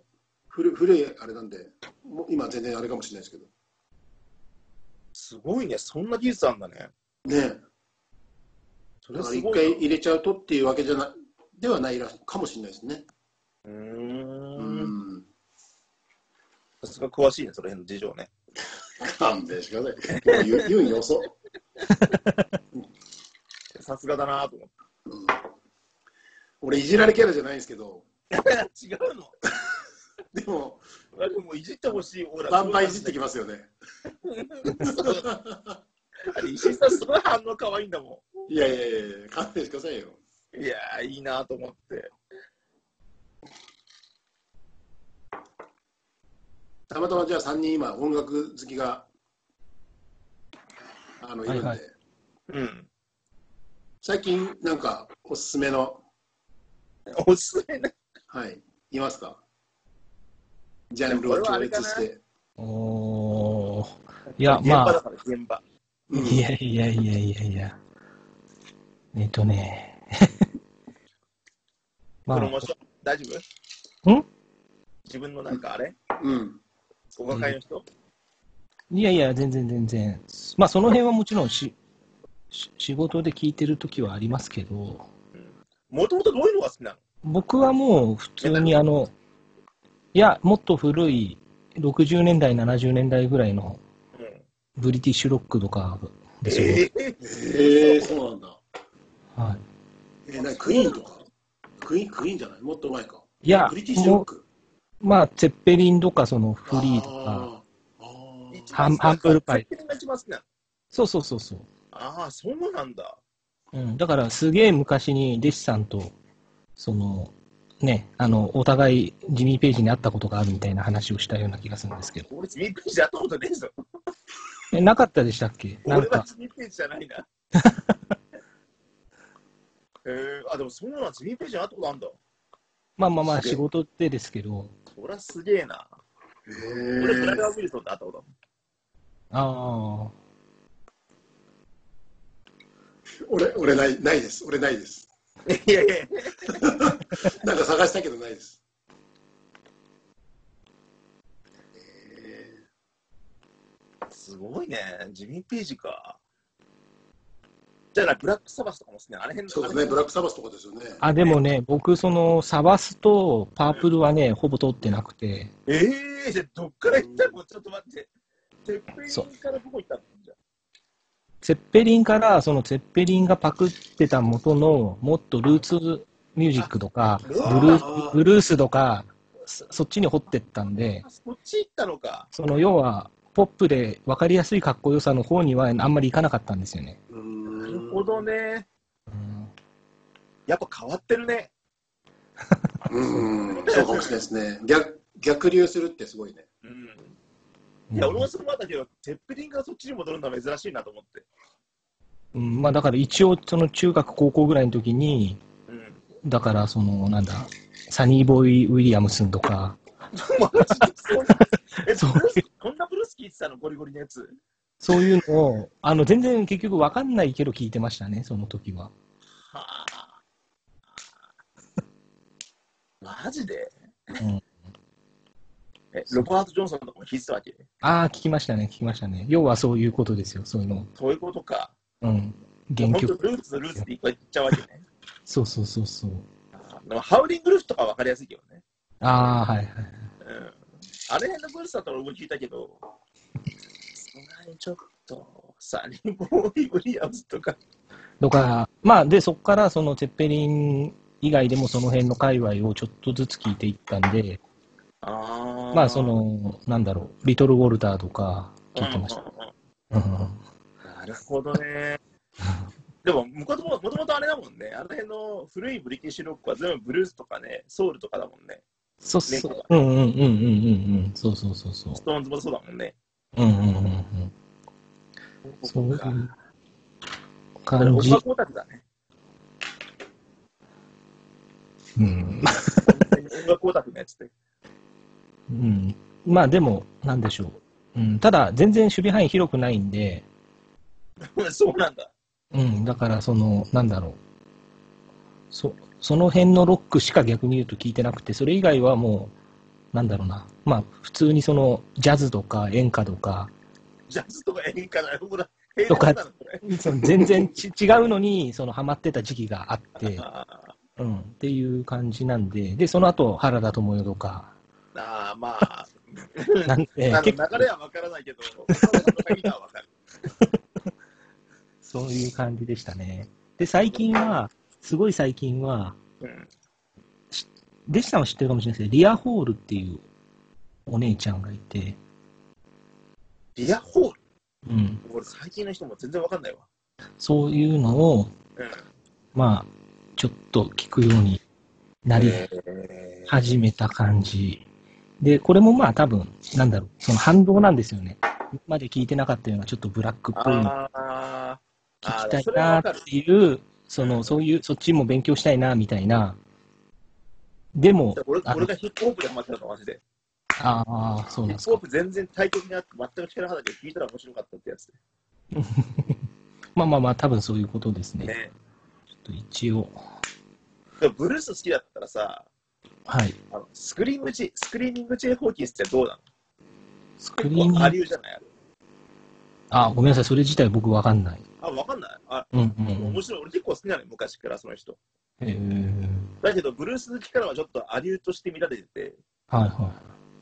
古古いあれなんでもう今全然あれかもしれないですすごいね、そんな技術あんだね。けどねそえれはだからす一ご回い入れちゃうとっていうわけじゃないではないらしいかもしれないですねな。ううーん。んさすが詳しいね、その辺の事情ね。勘弁してくださいもう言う言うんよそさすがだなと思っうん俺いじられキャラじゃないんですけどて。違うのでもあでもいじってほしい、俺バンバンいじってきまますよねす。石井さん、すごい反応可愛いんだもいやいやいやいや勘弁してくださいよん。いやー、いいなと思って。たまたまじゃあ3人今音楽好きがあのいるんで、はいはうん。最近なんかおすすめのおすすめね。はいいますかジャンルをこれはあ強れか烈なしておーいや、現ま場だあ、から、現場。うんいやいやいやいやいや。えっとね。 まプロモあー、ション、大丈夫ん自分のなんかあれうん。お抱えの人、いやいや、全然全然。まあ、その辺はもちろんし、し仕事で聞いてる時はありますけど、もともとどういうのが好きなの僕はもう普通にあの、いや、もっと古い60年代、70年代ぐらいのうん。ブリティッシュロックとかですよ。ええええそうなんだ。はい、えー、なにクイーンとかクイーン、クイーンじゃないもっと前か。いやブリティッシュロック。まあ、ツェッペリンとか、そのフリーとか、あー。あーハンハンプルパイ。セッペンが一番好きなのそうそうそうそう。ああ、そうなんだ。うん、だからすげえ昔に弟子さんとそのねあのお互いジミー・ペイジに会ったことがあるみたいな話をしたような気がするんですけど俺、ミッページやったことねえぞ。えなかったでしたっけなん俺はかミッページじゃない な。えー、あ、でもそうなんです。ミッページやったことあんだ。まあまあまあすげえ仕事でですけどそりゃすげえな。俺、ブラえガー・ウィルソンで会ったことある。ああー俺、俺ない、ないです。俺ないです。いやいやいやなんか探したけどないです。すごいね。ジミー・ページか。じゃあな、ブラック・サバスとかも好きなのあれ変そうですね、ブラックサバスとかですよね。あでもね僕そのサバスとパープルはねほぼ通ってなくてええー、じゃあどっから行ったのちょっと待って。てっぺそんからどこ行ったのじゃあツェッペリンからそのツェッペリンがパクってた元のもっとルーツミュージックとかあブルーあーブルースとかそそっちに掘ってったんであそっち行ったのか。その要はポップで分かりやすいかっこよさの方にはあんまりいかなかったんですよね。うーんなるほど。ね。やっぱ変わってるね。うん、そうかもしれないですね。逆、逆流するってすごいね。うん。いや、俺もそれもあったけど、てっぺりんからそっちに戻るのは珍しいなと思って。うんまあ、だから一応その中学高校ぐらいの時にうん。だからそのなんだサニーボーイ・ウィリアムスンとか マジでそんな、え、そうブルースこんなブルース聞いてたのゴリゴリのやつ。そういうのをあの全然結局分かんないけど聞いてましたねその時は。はあ。マジで、んえ、ロバート・ジョンソンとかも聞いてたわけああ聞きましたね聞きましたね要はそういうことですよそういうの。そういうことか。うん原本当曲ルーツルーツって言っちゃうわけね。そうそうそうそう。でもハウリングルースとかは分かりやすいけどね。ああはいはい。うん。あれ辺のブルースだったら俺も聞いたけど、さすがにちょっと、サニーボーイ・ウィリアムズとか。とか、まあ、で、そこから、その、チェッペリン以外でも、その辺の界隈をちょっとずつ聞いていったんで、あまあ、そ、の、なんだろう、リトル・ウォルターとか、聞いてました。うんなるほどね。でも、向こうとももともとあれだもんね。あの辺の古いブリティッシュロックは全部ブルースとかね、ソウルとかだもんね。そうそう。うんうんうんうんうんうん。そうそうそうそう。ストーンズもそうだもんね。うんうんうんうん。そういうあれ、感オじバ。コータクだね。うん。音楽オタクのやつって。 うん、まあ、でも、なんでしょう。うん、ただ、全然守備範囲広くないんで、そうなんだ。うん、だから、その、なんだろう。そ、その辺のロックしか逆に言うと聞いてなくて、それ以外はもう、なんだろうな。まあ、普通にその、ジャズとか演歌とか、ジャズとか演歌だよ。ほら、平とかなのこれ。その全然ち違うのに、その、ハマってた時期があって、あうん、っていう感じなんで、で、その後、原田知世とか、ーあー、まあ、 なんあでの、結構、流れは分からないけど、鍵は分かる。そういう感じでしたね。で、最近は、すごい最近は、うん弟子さんは知ってるかもしれないですけど、リアホールっていうお姉ちゃんがいて、リアホールうん、俺、最近の人も全然分かんないわ。そういうのを、うんまあ、ちょっと聞くようになりえー始めた感じ。で、これもまあ多分、なんだろう、その反動なんですよね。今まで聞いてなかったような、ちょっとブラックっぽいのああ、聞あーきたいそれは分なかっる。ていう、その、そういう、そっちも勉強したいな、みたいな。でも、俺あの俺がヒップホップでハマってたの、マジで。ああ、そうなんヒップですかホッ。プ全然対局にあって全く聞かなかったけど、聞いたら面白かったってやつでまあまあまあ、多分そういうことですね。ね。ちょっと一応。でもブルース好きだったらさ、はい。あのスクリームジスクリーミング J ホーキンスってどうなスクリーのニン結構グア。リューじゃないあれあ、ごめんなさい。それ自体僕わかんない。あ、わかんない。あ、うんうんうん。面白い。俺結構好きなのよ、昔からその人。えー、だけど、ブルース好きからはちょっとアリューとして見られてて、はいは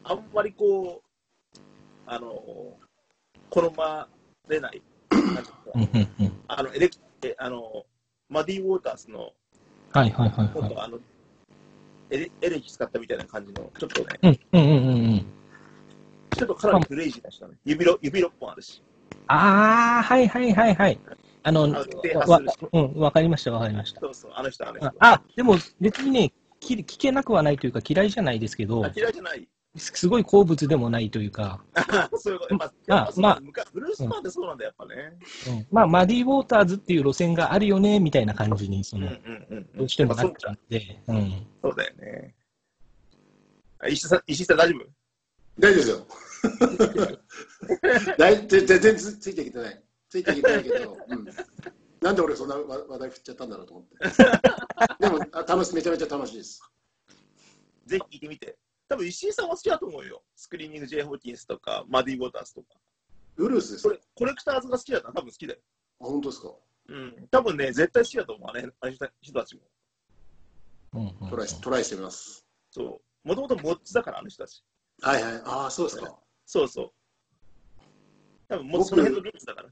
あんまりこう、あの、好まれない。なんていうい。うかんうんうん。あの、エレキ、えあの、マディ・ウォーターズの、はいはいはい今はい。度あの、エレエレキ使ったみたいな感じの、ちょっとね、うんうんうんうんうん。ちょっとかなりクレイジーな人だね。指ろ指6本あるし。ああ、はいはいはいはい。あの、あ手わ外わするうん、わかりましたわかりました。そうそう、あの人、あの人あ。あ、でも別にね、き聞けなくはないというか嫌いじゃないですけどあ、嫌いじゃない。すすごい好物でもないというか、そういうこと。まあ、まやあっぱそうまあ昔ブルース・ファンってそうなんだ、やっぱね。うんまあ、マディ・ウォーターズっていう路線があるよね、みたいな感じに、そうんうの、んうんどうしてもまあそなっうちゃうんで、うん。そうだよね。あ石井さん、石井さん大丈夫大丈 夫ですよ大全全然つついてきてないついてきてないけど、うん、なんで俺そんな話話題振っちゃったんだろうと思ってでもあ楽しめちゃめちゃ楽しいですぜひ聞いてみて。多分石井さんは好きだと思うよ。スクリーニング・ジェイ・ホーキンスとか、マディ・ウォーターズとか。ブルースですこあれ、コレクターズが好きだったら多分好きだよ。本当ですかうん。多分ね、絶対好きだと思う、あれあの人たちも。うんうんトライしトライしてみますそう。もともとモッツだから、あの人たち。はいはいああそうですかそうそう。多分もう僕その辺のルーツだか。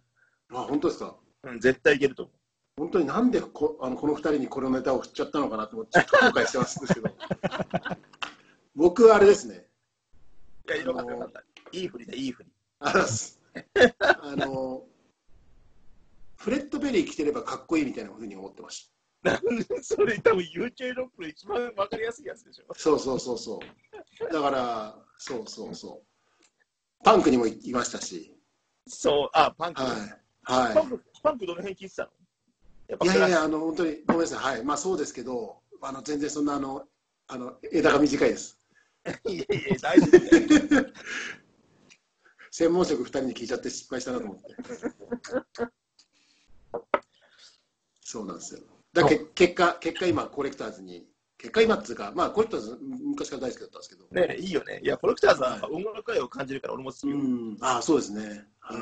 あ本当ですからうん、絶対いけると思本当になんでこあのこの2人にこのネタを振っちゃったのかなと思ってちょっと後悔してますけ ど僕はあれですねう。いや、よかったよかった。いいふりだ、いいふり。あらすあのフレッド・ベリー着てればかっこいいみたいなふうに思ってましたそれ多分 UK ロックの一番わかりやすいやつでしょ。そうそうそうそうだからそうそうそうパンクにもいいましたしそう、あ、パンク。はいパはンク、パンクどの辺聞いてたのやっぱいいやクいラやいシッやあの本当にごめんなさいはいまあそうですけどあの全然そんなあのあの枝が短いですク。いやいや、大丈夫だよ。専門職2人に聞いちゃって失敗したなと思ってそうなんですよだけ結果結果今コレクターズに結果今っていうかまあコレクターズ昔から大好きだったんですけどねえいいよね。いや、コレクターズは音楽愛を感じるから俺も好きうよ。んああそうですねはい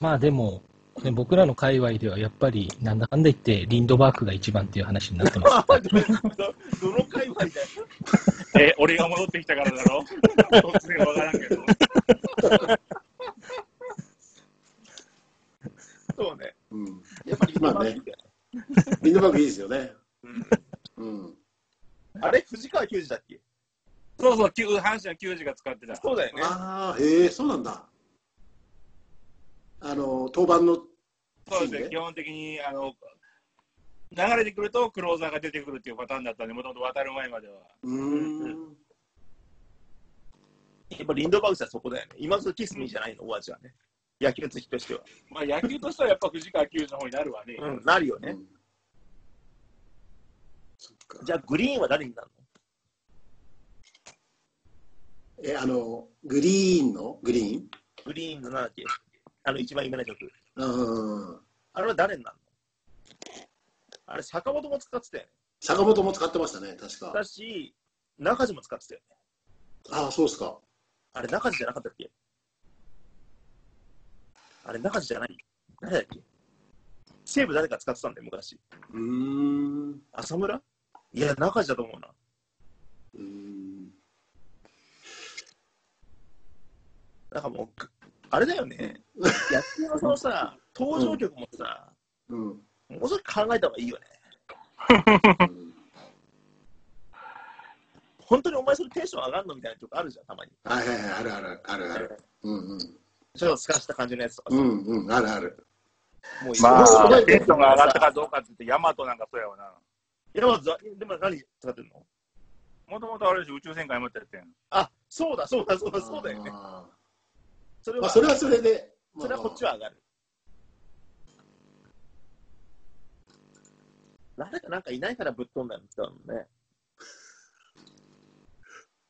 まあでも、ね、僕らの界隈ではやっぱり、なんだかんだ言って、リンドバークが一番っていう話になってます。 あどどの界隈だよ。え、俺が戻ってきたからだ ろ突然わからんけど。そうね。うんやっぱり、まあねリンドバーグいいですよねうんうんあれ藤川球児だっけそうそう、きゅう阪神は球児が使ってた。そうだよね。ああへえそうなんだあの登板のそういいでねす基本的にあの流れてくるとクローザーが出てくるっていうパターンだったんで、もともと渡る前までは。うーんやっぱリンドバーグさんそこだよね。今のキスミーじゃないの、お味はね。野球好きとしては。まあ、野球としてはやっぱ藤川球児の方になるわね。うん、なるよね。そっかじゃあ、グリーンは誰になるえあのグリーンのグリーンのグリーンのなんだっけあの、一番有名な曲。うんあれは誰になるのあれ、坂本も使ってたよね。坂本も使ってましたね確かだし、中地も使ってたよね。ああそうですかあれ、中地じゃなかったっけあれ、中地じゃない誰だっけ西武誰か使ってたんだよ、昔。うーんう浅村いや、中地だと思うな。ーんなんかもうぐ、あれだよね。野球のそのさ、登場曲もさ、うんもうちょっと考えた方がいいよね。うん本当にお前それテンション上がんのみたいな曲あるじゃん、たまに。はいはいはいあるあるあるあるうんうんちょっと透かした感じのやつとかうさ、んうんあるあるもうますごあ、いテンションが上がったかさどうかって言って、ヤマトなんかそうやわな。いや、まあざでも何使ってんのもともとあれでしょ、宇宙戦艦ヤマトやってん。あ、そうだ、そうだ、そうだ、そうだよね。あそれは、ーまあそれはそれでそれはこっちは上がる。誰かなんかいないからぶっ飛んだんですよ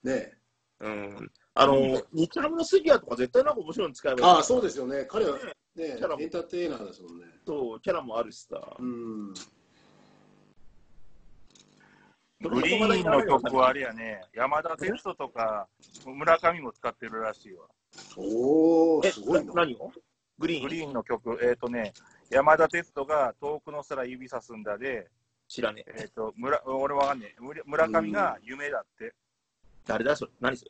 ね。ねうん。あの、日ハムの杉谷とか絶対なんか面白いの使えばいいああ、そうですよね。彼はね、エンキャラもターテイナーですもんね。そうキャラもあるしさ。うん。グリーンの曲はあれやね、山田哲人とか村上も使ってるらしいわ。おお、え、すごいな。何をグリーングリーンの曲、えっ、とね、山田哲人が遠くの空指さすんだで、知らねえ。えっ、と、村、俺わかんねえ。村村上が夢だって。誰だそれ何そ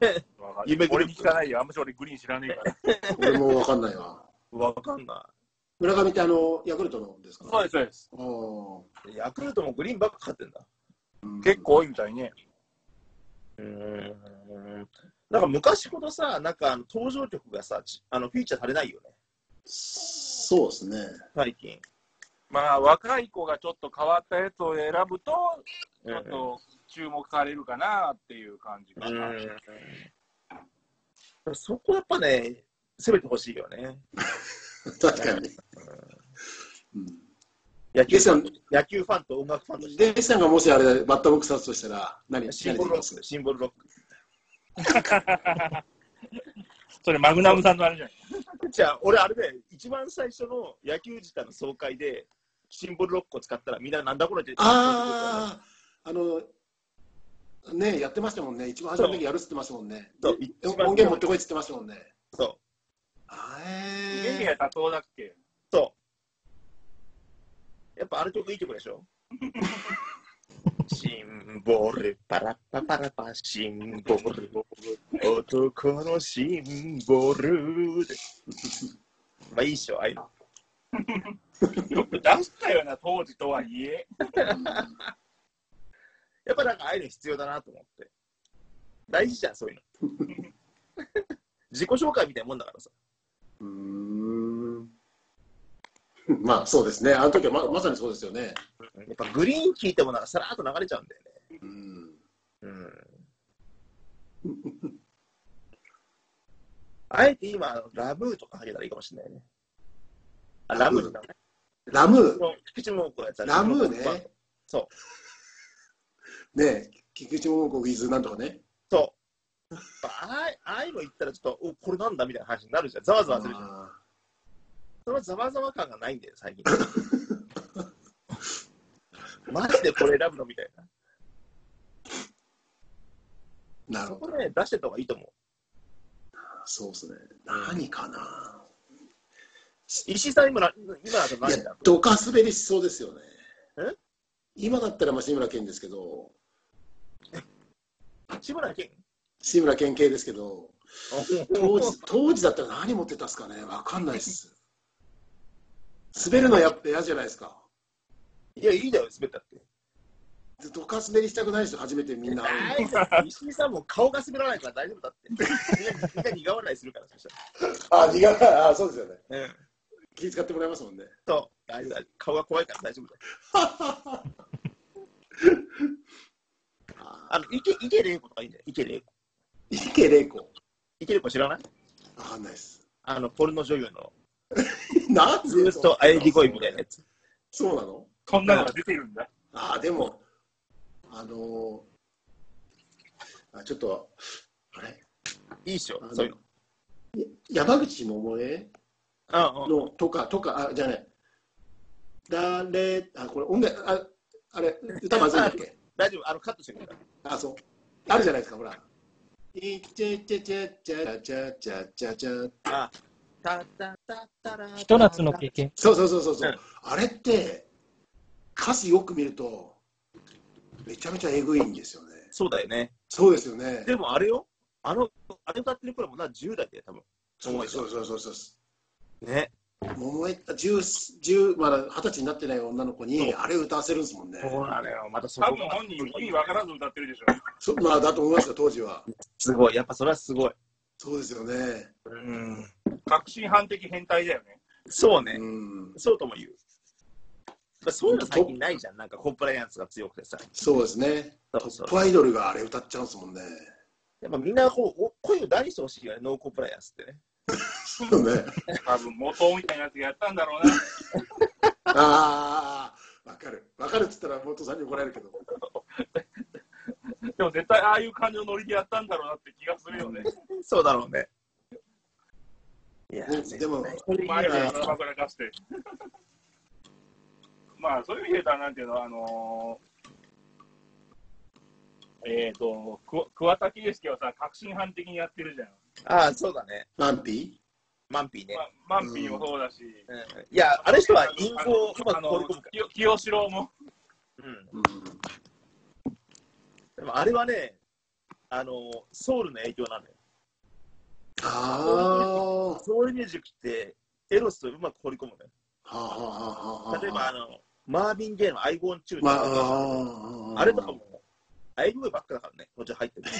れわかん夢グループ俺に聞かないよ。あんまし俺グリーン知らねえから。俺もわかんないわ。わかんな村上ってあの、ヤクルトのですかす、 そうです。あーい。ヤクルトもグリーンばっか買ってんだ。うん結構多いみたいね。うーん。なんか昔ほどさ、なんかあの登場曲がさ、ちあのフィーチャーされないよね、そうですね。 最近。まあ、若い子がちょっと変わったやつを選ぶと、ちょっうんと注目されるかなっていう感じかな。うんそこやっぱね、攻めてほしいよね。確かに。うん野球デフさァんン野球ファンと音楽ファンとして。デさんがもしあれバッターボックス立つとしたら何シンボルロック、シンボルロック。それマグナムさんのあれじゃない。じゃあ、俺、あれで、一番最初の野球自体の総会で、シンボルロックを使ったら、みんななんだこれって。あああのねやってましたもんね一番初めの時やるっつってましたもんねそう音源持ってこいっつってましたもんねそう、あ夢え宮多頭だっけそう。やっぱあの曲いい曲でしょシンボル、パラッパパラパ、シンボル、男のシンボルで。まあいいっしょ、ああいうの。 よく出したよな、当時とはいえ。やっぱなんかああいうの必要だなと思って。大事じゃん、そういうの。 自己紹介みたいなもんだからさ。うーんまあそうですねあの時はままさにそうですよねやっぱグリーン聞いてもなんかさらっと流れちゃうんだよね。うんうん。あえて今、あのラムーとかかけたらいいかもしれないね。あ、ラムーだね。ラムー菊池桃子やったラムーねそう。ね菊池桃子 with なんとかねそう。やっぱああああいうの言ったら、ちょっと、おこれなんだみたいな話になるじゃん。ざわざわするじゃん。あそのざわざわ感がないんだよ、最近。 マジでこれ選ぶのみたいな。ーなるそほどこね、出してた方がいいと思う。そうですね何かな石井さん、今な、今だとい何やだドカ滑りしそうですよねえ今だったらまあ志村けんですけど志村けん 志村けん系ですけど当 時当時だったら何持ってたっすかねわかんないっす滑るのやっぱ嫌じゃないですかいや、いいだよ、滑ったって。ドカ滑りしたくない人初めてみんな会うの大丈夫石井さんも顔が滑らないから大丈夫だって。みんなみんな苦笑いするから、そしたあ苦いあそうですよねら。うん。気遣ってもらいますもんねそう、大丈夫だ。顔が怖いから大丈夫だ。ああの、池、池玲子とかいいんだよ。池玲子。池玲子池玲子知らないわかんないっすあの、ポルノ女優の。 なんでずーっと喘ぎ声みたいなやつ。そうなのこんなのが出てるんだ。ああ、でも、あのーあちょっと、あれいいっしょあ、のそういうや山口百恵の。うんうん。のとか、とか、あ、じゃあね、誰、あ、これ音楽、あ、あれ、歌まずいんだっけ大丈夫、あの、カットしてくれた。あ、そう。あるじゃないですか、ほら。いちゃちゃちゃちゃちゃちゃちゃちゃあ、たたたたら。ひと夏の経験。そうそうそうそうそう、うんあれって歌詞よく見るとめちゃめちゃえぐいんですよねそうだよね。そうですよねでもあれよ、あの、あれ歌ってる頃もな、10代で多分。そうそうそうそうそうね。桃江10 10まだ二十歳になってない女の子にあれ歌わせるんですもんねそうなのよ、またそ多こ分も本人意味わからず歌ってるでしょ。そまあだと思いますよ当時はすごい、やっぱそれはすごい。そうですよねうん。確信犯的変態だよね。そうね、うんそうとも言う。まあそういうの最近ないじゃん、なんかコンプライアンスが強くてさ。そうですねそうそうトップアイドルがあれ歌っちゃうんですもんね やっぱみんなこうお声を大してほしいよね、ノーコンプライアンスってね。そうね多分元みたいなやつがやったんだろうな。ああわかるわかるっつったら元さんに怒られるけどでも絶対ああいう感じのノリでやったんだろうなって気がするよね。そうだろうね。いやねでもそれいいな前で バクらかして。まあ、そういう意味で言うと、なんていうの、あのー、えっ、ー、と、く桑田佳祐はさ、革新犯的にやってるじゃん。ああ、そうだね。マンピマンピーね。まあ、マンピーもそうだし、うんいや、あの人は陰謀をうまあくの放り込むか清清志郎も、ら。うん。ー、うん、でもあれはね、あの、ソウルの影響なのよ。あーはソウルミュージックって、エロスとうまく放り込むのよ。あはあはあはあ例えば、あの、マーヴィン・ゲイのアイゴンチューンとまかああーあれとかも、アイゴンばっかだからね、もちろん入ってる。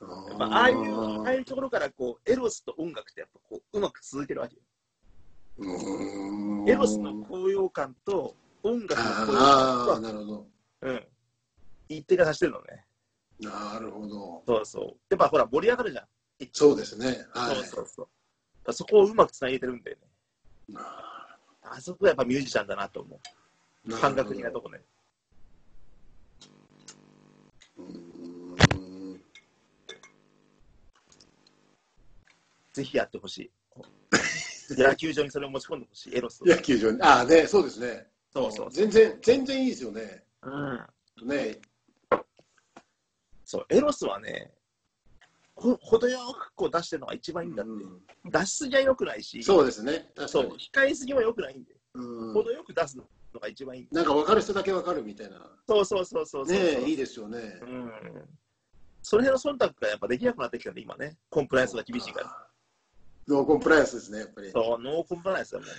あまあ、ああいう、ああいうところから、こう、エロスと音楽ってやっぱこう、うまく続けるわけよ。ーエロスの高揚感と音楽の高揚感とあはあ、なるほど。うん、一定化させてるのね。なるほど。そうそう。やっぱほら、盛り上がるじゃん。そうですね。はい。そうそうそう。だからそこをうまくつなげてるんだよね。あそこはやっぱミュージシャンだなと思う。なるほど感覚的なとこね。うーんぜひやってほ しい。野球場にそれを持ち込んでほしい。エロスを。野球場に。ああ、ね、そうですね。そうそうそ全然、全然いいですよね。う。うん。ね。そう、エロスはね、ほ程よくこう出してるのが一番いいんだって。うん出しすぎは良くないし、そうですね。確そかうに。控えすぎも良くないんで、うん程よく出すのが一番いい。なんか分かる人だけ分かるみたいな。そうそうそうそうそう。ねいいですよねう。ん。その辺の忖度がやっぱできなくなってきたんで、今ね。コンプライアンスが厳しいから。ら。ノーコンプライアンスですね、やっぱり。そう、ノーコンプライアンスだもん。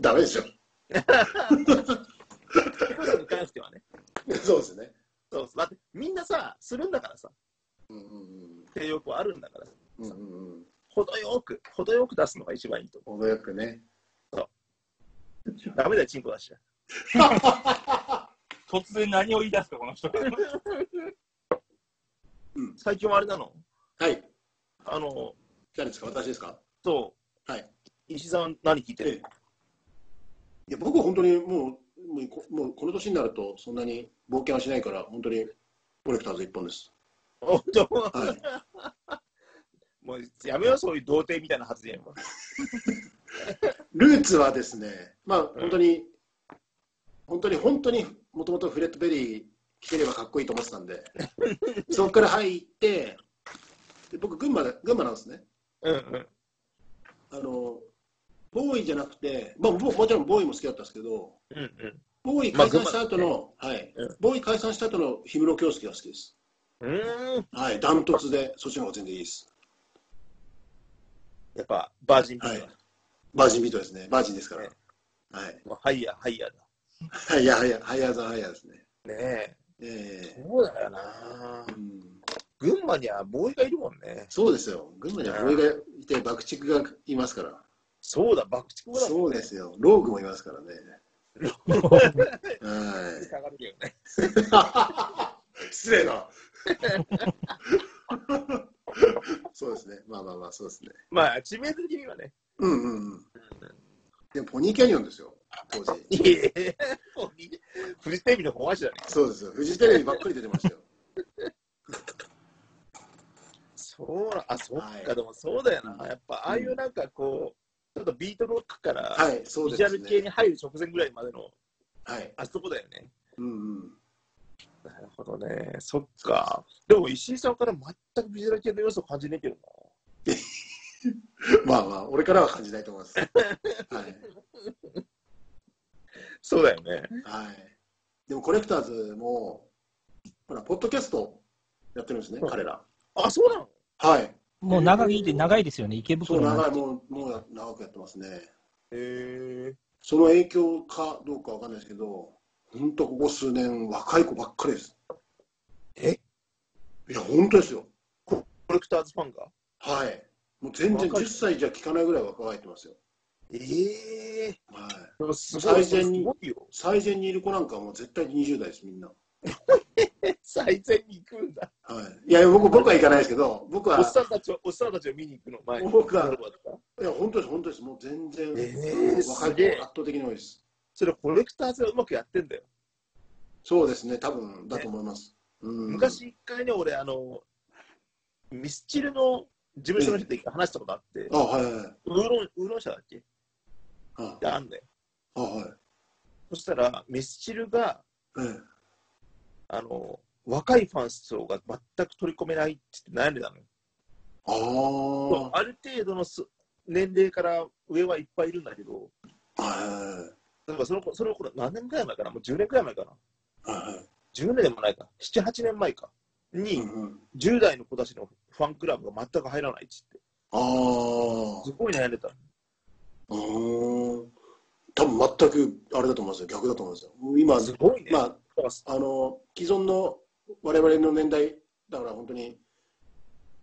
ダメでしょ。 エロスに関してはね。そうですね。そうそうだってみんなさ、するんだからさ、うんうん性欲はあるんだからさ、うんうんうんうん。程よく、程よく出すのが一番いいと思程よくね。う。ダメだよ、チンコ出しちゃ突然何を言い出すか、この人が。う。最近はあれなのはい。あの、誰ですか私ですかそはい。う、石井さん何聞いてええる、いや僕は本当にもうもうこもうこの年になるとそんなに冒険はしないから本当にコレクターズ一本です。おじゃあもはう もうやめよう、そういう童貞みたいな発言は。ルーツはですね、まあ本当に、本当に本当にもともとフレッドベリー着てればかっこいいと思ってたんで、そこから入って、で僕群馬で群馬なんですね。うんうん。あのボーイじゃなくて、まあももちろんボーイも好きだったんですけど、うんうん。ボーイまあ解散した後の、はいうん、ボーイ解散した後の氷室京介が好きです。うーんはい、ダントツで、そっちの方が全然いいです。やっぱバージンビートはい。バージンビートですね。バージンですかねら。はい。だ、ハイヤー、ハイヤーだ。はいやはや、はやざはやですね。ねえ、えそうだよなえ。うん。群馬にはボーイがいるもんね。そうですよ。群馬には俺がいて、爆竹がいますから。そうだ、爆竹もだそもんうね。ですよ。ローグもいますからね。すは下がるけどね。い。 失礼な。そうですね。まあまあまあ、そうですね。まあ、知名度的にはね。うんうんうん。でも、ポニーキャニオンですよ。当時。いえいえ、フジテレビの子会社だね。そうですよ。フジテレビばっかり出てましたよ。そうな、あ、そっか、はいでもそうだよな。やっぱ、ああいうなんかこう、ちょっとビートロックから、はい、そうビでジュアすル系ね。に入る直前ぐらいまでの、はい。あそこだよね。うんうん。なるほどね。そっか。でも、石井さんから全くビジュアル系の要素を感じないけどな。まあまあ、俺からは感じないと思います。はい。そうだよね。はい。でも、コレクターズも、ほら、ポッドキャストやってるんですね、彼ら。あ、そうなのはい。もう長いで長いですよね、池そう、袋長のい、もう、もう長くやってますね。へえ。その影響かどうかわかんないですけど、ほんとここ数年、若い子ばっかりです。えいや、ほんとですよ。コレクターズファンがはい。もう全然若い10歳じゃ聞かないぐらい若返ってますよ。ええ。はい。でもすごい、最す善にごいよ。最前にいる子なんかはもう絶対20代です、みんな。最善に行くんだ。はい。いや、僕、僕は行かないですけど、僕はおっ、さんたちを、おっさんたちを見に行くの前に。僕はなるほどいや、本当です、本当です。もう全然、えー若いすげえ子圧倒的に多いです。それコレクターズがうまくやってんだよ。そうですね、多分だと思います。うん、昔一回ね、俺、あの、ミスチルの事務所の人と一回話したことあって、あ、はいはいはい。ウーロン、ウーロン社だっけあで、あんだよ。あ、はい。そしたら、ミスチルが、ええあの、若いファン層が全く取り込めないって言って悩んでたのよ。あーある程度のす年齢から上はいっぱいいるんだけど、はだからその子その頃何年くらい前かなもう10年くらい前かないはいはいは10年でもないか7、8年前かい。にうんうん10代の子たちのファンクラブが全く入らないっつってあーすごい悩んでたうーん。多分全くあれだと思いますよ。逆だと思いますよ。今、すごいね、まだからすあ、あの、既存の我々の年代、だから本当に、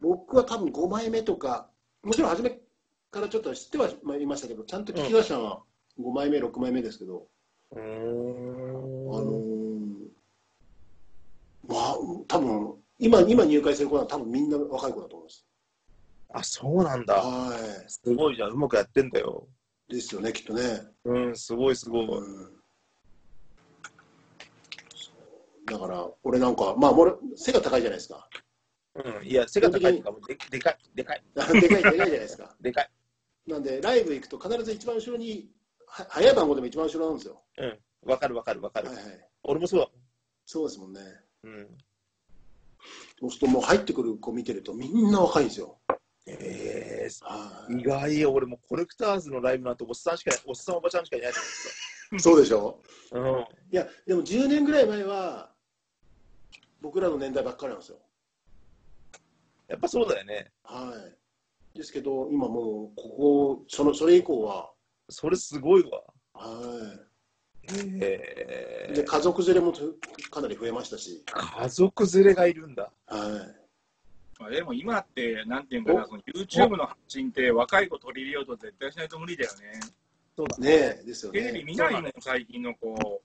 僕は多分5枚目とか、もちろん初めからちょっと知ってはいましたけど、ちゃんと聞き出したのは5枚目、6枚目ですけど、うーあのんーまあ、多分今、今入会する子は多分みんな若い子だと思います。あそうなんだはすごいじゃんうまくやってんだよい。ですよね、きっとね。うんすごいすごい、うんだから、俺なんか、まあ、俺、背が高いじゃないですか。 うん、いや背が高いっていうかもうででかいでかいでかい、でかいじゃないですか。でかいなんで、ライブ行くと必ず一番後ろに、は早い番号でも一番後ろなんですよ。うんわかるわかるわかはいる、はい。俺もそうだそうですもんね。もんうんそうすると、もう入ってくる子見てると、みんな若いんですよ。えー、はい意外よ、俺もコレクターズのライブなんておっさんしかいない、おっさんおばちゃんしかいないとそうでしょ思っていや、でも10年ぐらい前は、僕らの年代ばっかりなんですよ。た。やっぱそうだよね。はい。ですけど、今もう、ここ、その、それ以降は、それすごいわ。はい。えでー、家族連れもとかなり増えましたし、家族連れがいるんだ。は まあ、でも今って、なんていうんかな、その YouTube の発信って若い子取り入れようと絶対しないと無理だよね。そうだい、ねえですよテレビね。見ないもん、最近の子。